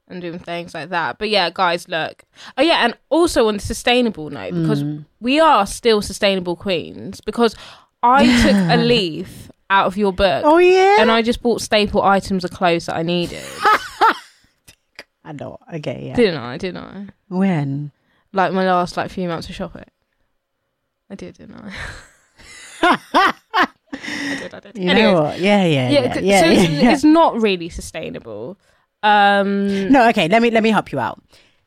A: and doing things like that. But yeah, guys, look. Oh yeah, and also on the sustainable note,
B: Mm.
A: because we are still sustainable queens. Because I took a leaf out of your book,
B: Oh yeah.
A: and I just bought staple items of clothes that I needed,
B: I know. Okay, yeah.
A: didn't I? Didn't I?
B: When?
A: Like my last like few months of shopping, I did, didn't I? I did, I did.
B: You
A: Anyways,
B: know what? Yeah, yeah,
A: yeah,
B: yeah,
A: c-
B: yeah,
A: so
B: yeah,
A: it's,
B: yeah.
A: it's not really sustainable. Um,
B: No, okay, let me let me help you out.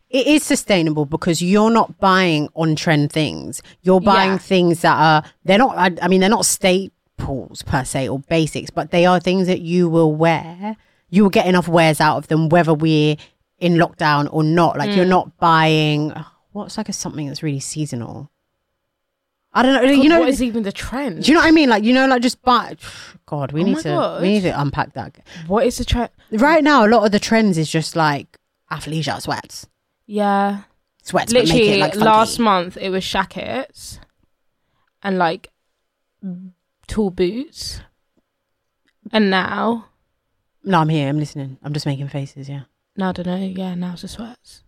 B: It is sustainable because you're not buying on trend things. You're buying
A: Yeah.
B: things that are they're not I, I mean they're not staples per se or basics, but they are things that you will wear. You will get enough wears out of them whether we're in lockdown or not. Like you're
A: Mm.
B: not buying oh, what's like a something that's really seasonal. I don't know. you know
A: what is even the trend?
B: do you know what I mean? Like you know, like just buy. God, we
A: Oh
B: need
A: my
B: to
A: God.
B: we need to unpack that.
A: what is the trend?
B: Right now, a lot of the trends is just like athleisure sweats
A: Yeah.
B: sweats but
A: literally
B: make it, like, funky.
A: last month it was shackets and like b- tall boots and now
B: no i'm here i'm listening i'm just making faces yeah
A: now i don't know yeah now it's the sweats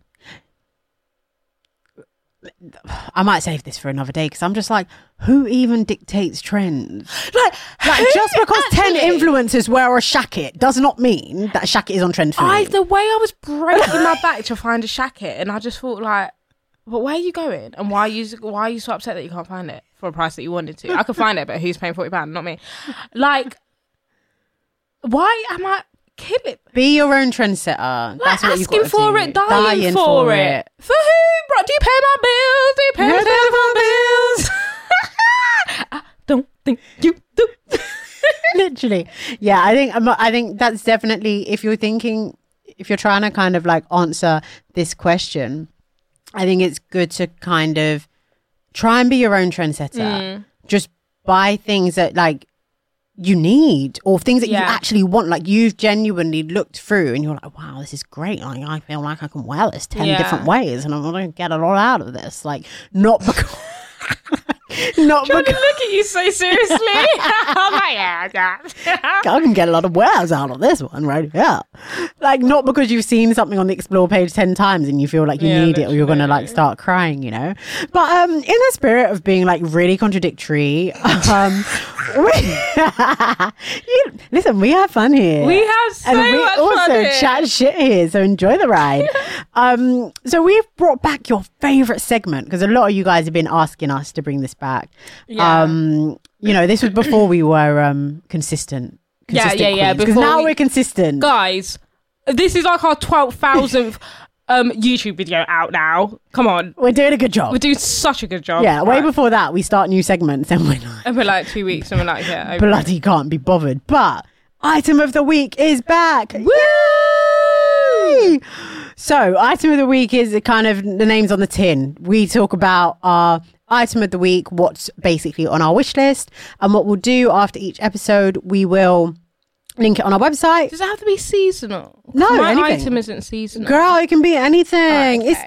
B: i might save this for another day because i'm just like who even dictates trends like, just because 10
A: actually-
B: influencers wear a shacket does not mean that shacket is on trend for
A: i
B: me
A: the way i was breaking my back to find a shacket and i just thought like but where are you going and why are you why are you so upset that you can't find it for a price that you wanted to i could find it but who's paying 40 pound not me like why am i killing
B: be your own trendsetter
A: like
B: that's what
A: asking
B: you've got
A: for
B: to do.
A: it, dying, for, it. For who, bro? Do you pay my bills? Do you pay my telephone bills? I don't think you do.
B: literally yeah i think I'm, i think that's definitely if you're thinking if you're trying to kind of like answer this question i think it's good to kind of
A: Mm.
B: try and be your own trendsetter just buy things that like you need or things that
A: Yeah.
B: you actually want. Like you've genuinely looked through and you're like, wow, this is great. Like I feel like I can wear this 10
A: Yeah.
B: different ways and I'm going to get a lot out of this. Like not because. Not
A: Look
B: because
A: at you so seriously. oh my god.
B: I can get a lot of wares out of this one, right? Yeah. Like, not because you've seen something on the explore page 10 times and you feel like you
A: Yeah,
B: need it or you're going to like start crying, you know? But um, in the spirit of being like really contradictory, um, we- you, listen, we have fun here.
A: We have so
B: and we
A: much fun
B: also
A: here.
B: chat shit here, so enjoy the ride. um, so we've brought back your favorite segment because a lot of you guys have been asking us to bring this back.
A: Yeah.
B: Um, you know, this was before we were um consistent.
A: Yeah, yeah,
B: consistent
A: yeah,
B: Because
A: before
B: now
A: we-
B: we... are consistent.
A: Guys, this is like our twelve thousandth um YouTube video out now. Come on.
B: We're doing a good job.
A: We're doing such a good job.
B: yeah, way
A: Right.
B: before that, we start new segments and we're like,
A: And we're like two weeks and we're like, yeah, over it.
B: bloody can't be bothered. But item of the week is back. Yay! So, item of the week is the kind of the names on the tin. We talk about our item of the week, what's basically on our wish list, and what we'll do after each episode, we will link it on our website.
A: Does it have to be seasonal?
B: No,
A: my
B: anything.
A: item isn't seasonal.
B: Girl, it can be anything. It's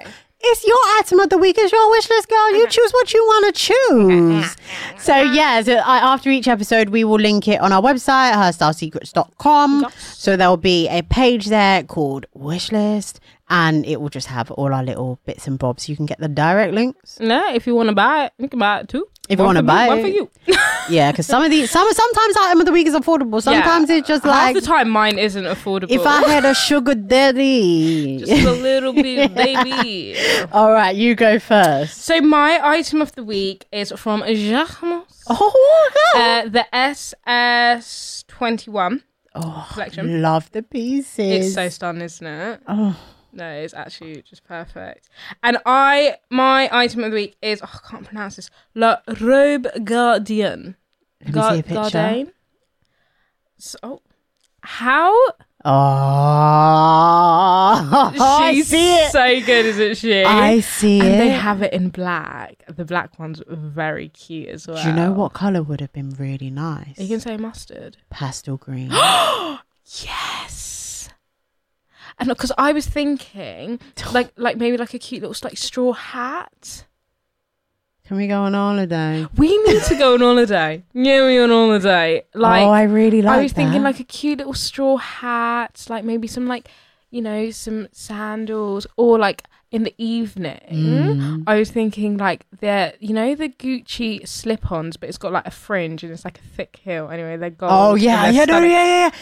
B: it's your item of the week. It's your wish list, girl.
A: Uh-huh.
B: You choose what you want to choose. so yeah, so I, after each episode, we will link it on our website, herstylecrets.com. So there will be a page there called wish list, and it will just have all our little bits and bobs. You can get the direct links.
A: No, if you want to buy it, you can buy it too.
B: If you
A: One
B: wanna
A: for me,
B: buy
A: one
B: it.
A: for you.
B: Yeah, because some of these, some sometimes item of the week is affordable. Sometimes
A: Yeah.
B: it's just
A: half
B: like
A: the time mine isn't affordable.
B: if I had a sugar daddy.
A: just a little bit, baby.
B: all right, you go first.
A: So my item of the week is from Jacquemus,
B: Oh, girl.
A: uh, the SS twenty one
B: Oh,
A: collection.
B: love the pieces. Oh.
A: It's so stunning, isn't it? No, it's actually just perfect. And I, my item of the week is oh, I can't pronounce this. La robe gardienne.
B: Let me see a picture.
A: So, oh. how
B: Oh, I
A: she's
B: see it.
A: so good, isn't she?
B: I see
A: and
B: it.
A: they have it in black. The black one's very cute as well.
B: Do you know what color would have been really nice?
A: You can say mustard.
B: Pastel green.
A: Yes. And because I was thinking, like, like maybe like a cute little like straw hat.
B: can we go on holiday?
A: We need to go on holiday. Yeah, we on holiday. Like,
B: oh, I really like.
A: I was thinking
B: that.
A: like a cute little straw hat, like maybe some like, you know, some sandals, or like in the evening.
B: Mm.
A: I was thinking like the you know the Gucci slip-ons, but it's got like a fringe and it's like a thick heel. Anyway, they're gold.
B: Oh
A: and
B: yeah,
A: they're
B: yeah, no, yeah,
A: stunning.
B: yeah. yeah.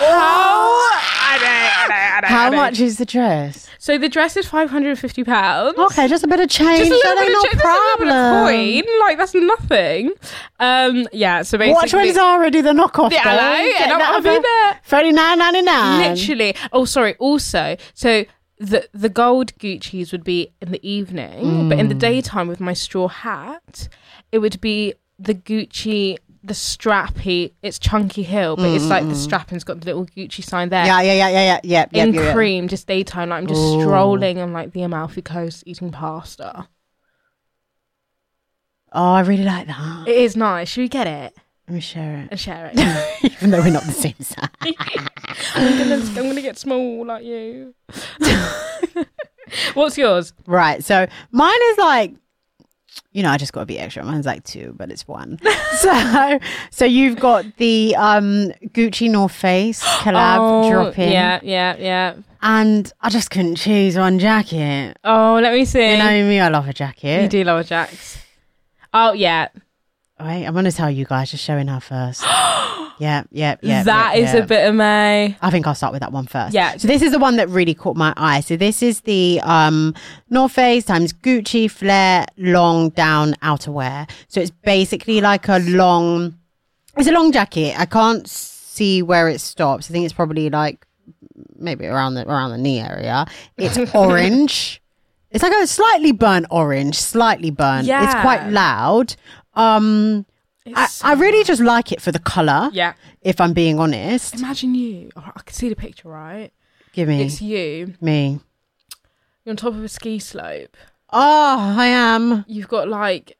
B: Oh,
A: I know, I know, I know, I
B: how
A: know.
B: much is the dress?
A: So the dress is five hundred and fifty pounds.
B: Okay, just a bit of change.
A: Just a little
B: that
A: bit of
B: ain't no
A: change, just
B: problem.
A: a little bit of coin, like that's nothing. Um, yeah. So basically,
B: Watch when Zara do the knockoff.
A: Yeah,
B: though.
A: I know,
B: Get
A: and I
B: that
A: wanna be
B: for
A: there.
B: $39.99.
A: literally oh sorry also so the the gold gucci's would be in the evening but in the
B: Hmm.
A: daytime with my straw hat it would be the gucci the strappy it's chunky heel but it's like the strapping's got the little gucci sign there
B: Yeah, yeah, yeah, yeah, yeah, yeah. yeah,
A: in
B: yeah, yeah.
A: cream just daytime like i'm just
B: Ooh.
A: strolling on like the amalfi coast eating pasta
B: Oh, I really like that.
A: it is nice should we get it
B: Let me share it.
A: and share it
B: Even though we're not the same size.
A: I'm, gonna, I'm gonna get small like you what's yours
B: Right. So mine is like, you know, I just got to be extra. Mine's like two, but it's one. so, so you've got the um Gucci North Face collab
A: Oh,
B: dropping,
A: yeah yeah yeah
B: and I just couldn't choose one jacket.
A: Oh, let me see.
B: You know me, I love a
A: You
B: jacket.
A: do love a Jax. Oh yeah,
B: Wait, I'm gonna tell you guys. Just showing her first. yeah, yeah, yeah.
A: that is a bit of May.
B: I think I'll start with that one first.
A: Yeah.
B: So this is the one that really caught my eye. So this is the um, North Face times Gucci flare long down outerwear. So it's basically like a long. It's a long jacket. I can't see where it stops. I think it's probably like maybe around the around the knee area. It's orange. It's like a slightly burnt orange, slightly burnt. It's
A: Yeah.
B: quite loud. Um, I, I really just like it for the color.
A: Yeah.
B: If I'm being honest,
A: Imagine you. Oh, I can see the picture, right?
B: give me
A: It's you.
B: me.
A: You're on top of a ski slope.
B: Oh, I am.
A: You've got like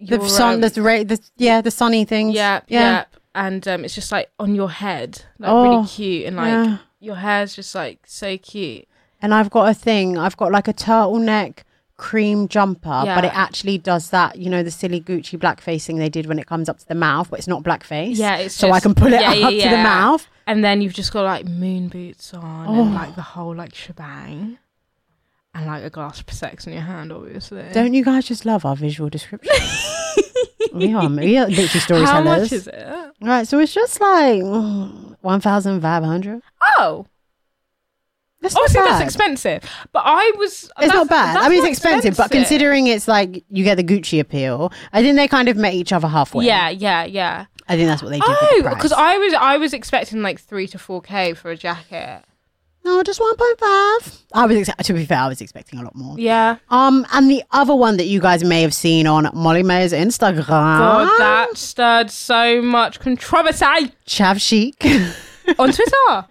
B: The
A: your,
B: sun,
A: um,
B: the, ra- the yeah, the sunny things.
A: Yep. Yep. and um, it's just like on your head, like
B: Oh,
A: really cute, and like
B: yeah.
A: your hair's just like so cute.
B: And I've got a thing. I've got like a turtleneck cream jumper, but it
A: Yeah.
B: actually does that. You know the silly Gucci black facing they did when it comes up to the mouth, but it's not blackface.
A: Yeah, it's
B: so I
A: just-
B: can pull it
A: yeah,
B: up
A: yeah,
B: to the
A: yeah.
B: mouth.
A: And then you've just got like moon boots on,
B: Oh.
A: and like the whole like shebang, and like a glass of Prosecco in your hand, obviously.
B: Don't you guys just love our visual description? we are we are literally storytellers.
A: How much is it?
B: Right, so it's just like mm, one thousand five hundred.
A: Oh,
B: That's not
A: obviously Oh, that's
B: bad.
A: expensive, but I was.
B: It's not bad. I mean, it's expensive, but
A: consider.
B: considering it's like you get the Gucci appeal, I think they kind of met each other halfway.
A: Yeah, yeah, yeah.
B: I think that's what they do.
A: Oh, because
B: because
A: I was I was expecting like three to four k for a jacket.
B: no, just one point five. I was ex- to be fair, I was expecting a lot more.
A: Yeah,
B: Um, and the other one that you guys may have seen on Molly Mayer's Instagram,
A: God, that stirred so much controversy
B: Chav Chic.
A: on Twitter.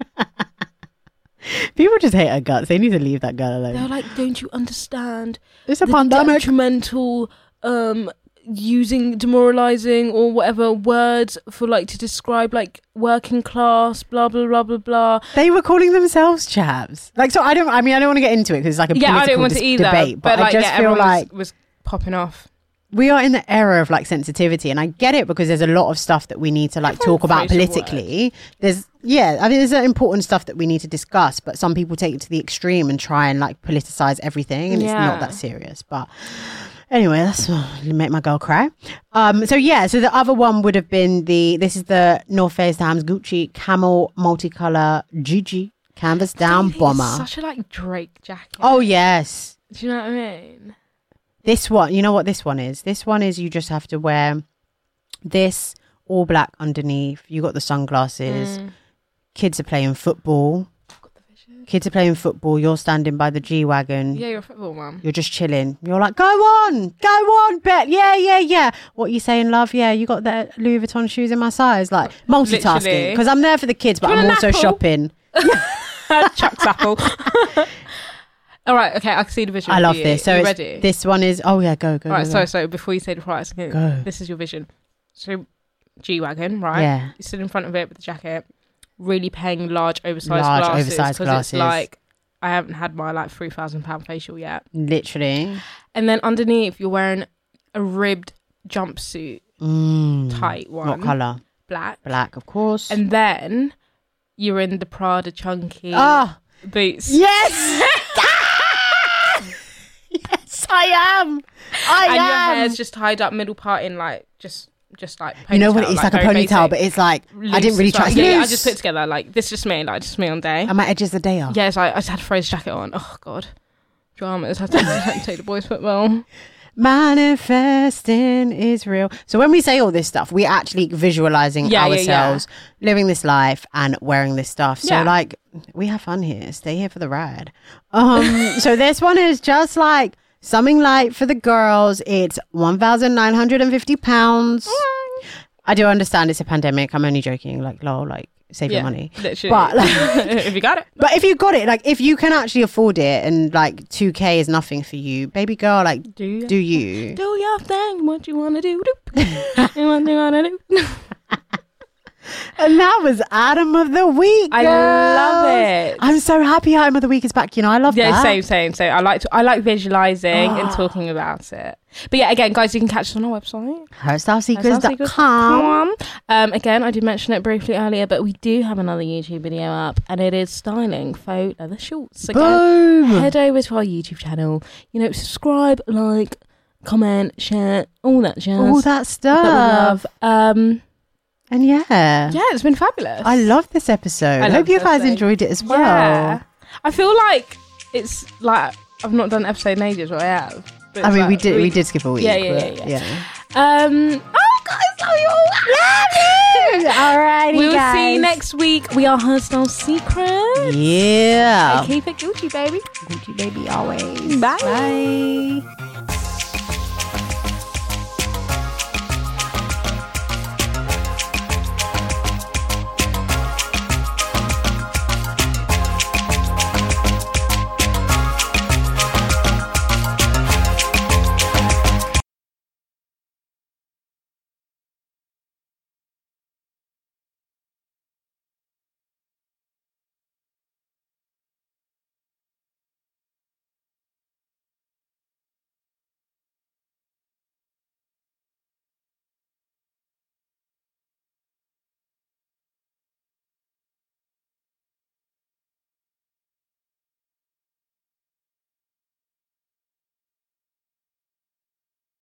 B: People just hate her guts. They need to leave that girl
A: they were
B: alone.
A: like, "Don't you understand
B: It's a
A: the
B: pandemic.
A: detrimental um, using demoralizing or whatever words for like to describe like working class, blah blah blah blah blah."
B: They were calling themselves chavs. Like, so I don't. I mean, I don't want to get into it because it's like a
A: Yeah, I don't
B: political
A: want
B: dis-
A: to either.
B: debate. But,
A: but like,
B: I just
A: yeah,
B: feel
A: everyone
B: like
A: was, was popping off.
B: we are in the era of like sensitivity and i get it because there's a lot of stuff that we need to like talk
A: phrase
B: about
A: the word.
B: politically there's yeah i mean there's important stuff that we need to discuss but some people take it to the extreme and try and like politicize everything and it's
A: Yeah.
B: not that serious but anyway that's make my girl cry um so yeah so the other one would have been the this is the north face times gucci camel multicolor gigi canvas down
A: It's
B: bomber
A: such a like Drake jacket.
B: oh yes
A: do you know what I mean?
B: this one, you know what this one is? This one is you just have to wear this all black underneath. You got the
A: Mm.
B: sunglasses. Kids are playing football. Kids are playing football. You're standing by the G Wagon.
A: Yeah, you're a football mum.
B: You're just chilling. You're like, go on, go on, bet. Yeah, yeah, yeah. What you saying, love? Yeah, you got the Louis Vuitton shoes in my size. Like multitasking.
A: Literally.
B: Because I'm there for the kids, but
A: you
B: I'm
A: want an
B: also
A: apple?
B: shopping.
A: Chuck's apple. All right, okay, I can see the vision.
B: I
A: for
B: love
A: you.
B: this. So
A: you
B: it's,
A: ready?
B: this one is, oh yeah, go, go.
A: All right,
B: go, go.
A: so so before you say the price, okay,
B: Go.
A: this is your vision. So G wagon, right?
B: Yeah.
A: You stood in front of it with the jacket, really paying large oversized
B: Large,
A: glasses
B: oversized
A: it's
B: glasses.
A: like I haven't had my like three thousand pound facial yet.
B: Literally.
A: And then underneath, you're wearing a ribbed jumpsuit,
B: Mm.
A: tight one,
B: What colour?
A: black,
B: Black, of course.
A: and then you're in the Prada chunky
B: Ah,
A: boots.
B: yes! Ah! yes, I am. I
A: and
B: am.
A: your hair's just tied up middle part in like just just like ponytail,
B: you know what? It's like, a
A: very basic.
B: ponytail, but it's like I
A: Loose
B: didn't really
A: as well.
B: try.
A: Yeah, yeah, I
B: Loose.
A: just put together like this. Just me, like just me on day.
B: and my edges are day off.
A: yeah, it's like I just had a froze jacket on. Oh god, dramas. I had to, I had to take the boys football.
B: Manifesting is real. So when we say all this stuff, we're actually visualizing
A: Yeah, yeah, yeah.
B: ourselves living this life and wearing this stuff. So
A: Yeah.
B: like we have fun here. Stay here for the ride. Um so this one is just like something light for the girls. It's one thousand nine hundred and fifty pounds. I do understand it's a pandemic. I'm only joking, like lol, like save your money.
A: literally.
B: But like
A: if you got it,
B: but if you got it, like if you can actually afford it and like two K is nothing for you, baby girl, like
A: do you
B: do you.
A: do your thing? What you wanna do? do. you wanna, wanna do?
B: And that was Adam of the Week.
A: I love
B: girls.
A: it.
B: I'm so happy Adam of the Week is back. You know, I love
A: Yeah,
B: that.
A: same, same. So I like to, I like visualizing and talking about it. But yeah, again, guys, you can catch us on our website.
B: Hairstyleseekers.com.
A: Um, again, I did mention it briefly earlier, but we do have another YouTube video up, and it is styling faux leather shorts. So go
B: Boom.
A: head over to our YouTube channel. You know, subscribe, like, comment, share, all that jazz.
B: All that stuff.
A: that we love. Um,
B: And yeah.
A: yeah, it's been fabulous.
B: I love this episode. I
A: love
B: hope you
A: this
B: guys
A: thing.
B: enjoyed it as well.
A: Yeah, I feel like it's like I've not done an episode in ages, or I have. But
B: I
A: it's
B: mean,
A: like
B: we did we, did skip a week.
A: Yeah, yeah, yeah,
B: but
A: yeah. Um, oh, guys, love you all.
B: All right,
A: We will see you next week. We are Hairstyle Secrets.
B: Yeah.
A: Keep it Gucci, baby.
B: Gucci baby always.
A: Bye.
B: Bye.